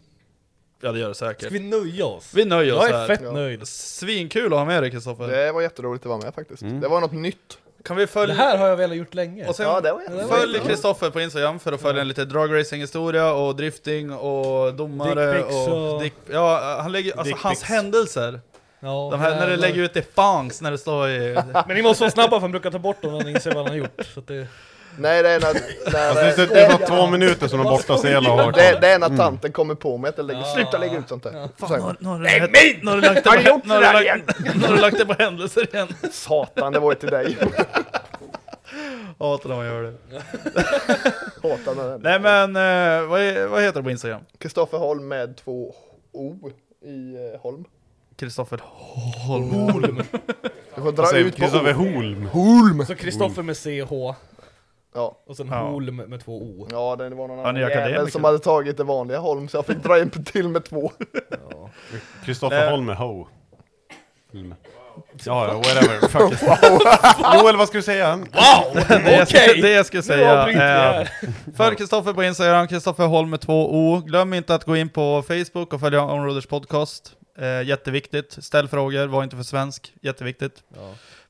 Ja det gör det
Ska
säkert.
vi nöja oss?
Vi nöjer oss
Jag är
här.
fett nöjd.
Svinkul att ha med dig Kristoffer.
Det var jätteroligt att vara med faktiskt. Det var något nytt.
Kan vi
Det
följa...
här har jag velat gjort länge.
Och sen
Ja, det var jättebra.
följ Kristoffer på Instagram för att följa en lite dragracing-historia och drifting och domare
Dick pics
och...
och-
Dick, ja, han lägger, alltså
Dick
hans
pics.
händelser.
Ja,
De här, när du
jävlar.
lägger ut i fangs när det står i...
*laughs* Men ni måste vara snabba för han brukar ta bort dem när han inser vad han har gjort. Så att det...
Nej, det är när... när
Alltså, det, det är bara två minuter som de borta sig hela har
Det, det är när tanten kommer på mig att jag lägger, sluta lägga ut sånt där. Så säger man,
Nu har du lagt- nu har du lagt det
Har du
på-
gjort
nu har du
det där
lagt-
igen?
nu har du lagt det på händelser igen.
Satan, det var ju till dig.
Hatar när man gör det.
*laughs* Hatar när det
Nej men, eh, vad, är, vad heter du på Instagram?
Kristoffer Holm med två O i eh, Holm.
Kristoffer Holm.
Du får dra
Alltså,
ut på
Kristoffer
O.
Holm.
Holm!
Så Kristoffer med CH
*laughs* Ja.
och sen
Ja.
Holm med två O.
Ja, det var någon
ni
annan
är akademiker.
jävel som hade tagit det vanliga Holm, så jag fick dra in på till med två.
Kristoffer Holm är ho. Holm. Ja, ja, whatever. Fuck it. Joel, vad ska du säga? Wow!
*laughs* det, jag skulle, det jag skulle
Nu
säga
avbryter vi
är...
här.
Följ Kristoffer på Instagram, Kristoffer Holm med två O. Glöm inte att gå in på Facebook och följa Onroaders podcast. Eh, jätteviktigt. Ställ frågor, var inte för svensk. Jätteviktigt.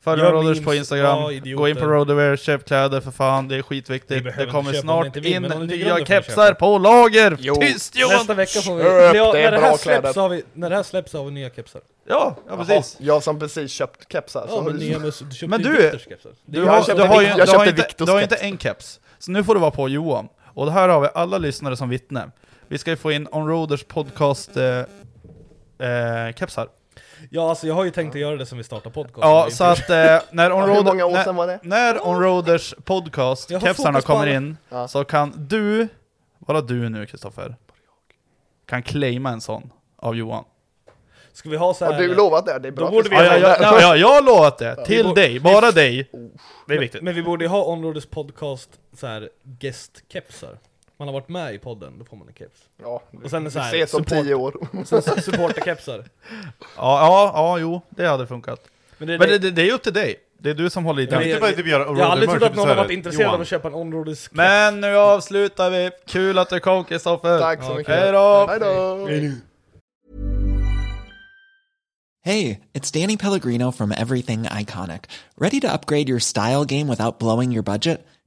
Följ
Gör
Onroaders
memes,
på Instagram.
ja, idioter.
gå in på Roadaware, köp kläder för fan, det är
Ni
skitviktigt.
behöver
Det kommer
inte köpa om ni
snart
inte vill,
in
men om ni tycker om
nya
det får ni
kepsar
köpa.
på lager! Tyst Johan!
Nästa vecka får vi...
Köp,
Ja,
det är
när, det
bra
här
kläder.
släpps har vi, när det här släpps har vi nya kepsar.
Ja,
Jaha, Jag som precis köpt kepsar.
Ja,
så har
men
du-
nya mus- du köpte
Men
ju
du,
Viktors kepsar. Det-
du
jag
har,
köpte
du har, ju,
Vic- jag
du har,
köpte
inte,
Victors
du har inte
keps.
en keps. Så nu får du vara på Johan. Och det här har vi alla lyssnare som vittne. Vi ska ju få in Onroaders podcast eh, eh, kepsar.
Ja, alltså jag har ju tänkt att göra det som vi startar podcasten.
Ja,
Det är
så
inte-
att eh, när
Ja, hur många
Onroad,
år
när,
sedan var det?
när Onroaders podcast,
Jag har
kepsarna
fokus på
kommer
alla.
in,
Ja.
så kan du, vara du nu Kristoffer, kan claima en sån av Johan.
Ska vi ha så här,
Har du lovat det? Det är bra.
Då borde
att
vi
du
Ja, ja,
säger
ja, ja,
det.
ja, jag har lovat det,
Vi
till
bor-
dig,
vi-
bara dig. Det är viktigt.
Men vi borde ju ha Onroaders podcast så här gästkepsar. Man har varit med i podden, då får man en keps.
Ja,
Och sen är det så
vi
här,
ses om
support-
tio år.
Sen supporterkepsar.
Ja, ja, ja, jo, det hade funkat.
Men det,
Men det, det, det är ju upp till dig. Det är du som håller i
Ja,
den.
men
Kan vi inte bara typ göra
jag har aldrig
roadie
trott att
merch,
någon har
så här,
varit intresserad
Johan.
av att köpa en Onroaders keps.
Men nu avslutar vi. Kul att du kom Kristoffer.
Tack så mycket.
Hej då.
Hej då.
Hey, it's Danny Pellegrino from Everything Iconic. Ready to upgrade your style game without blowing your budget?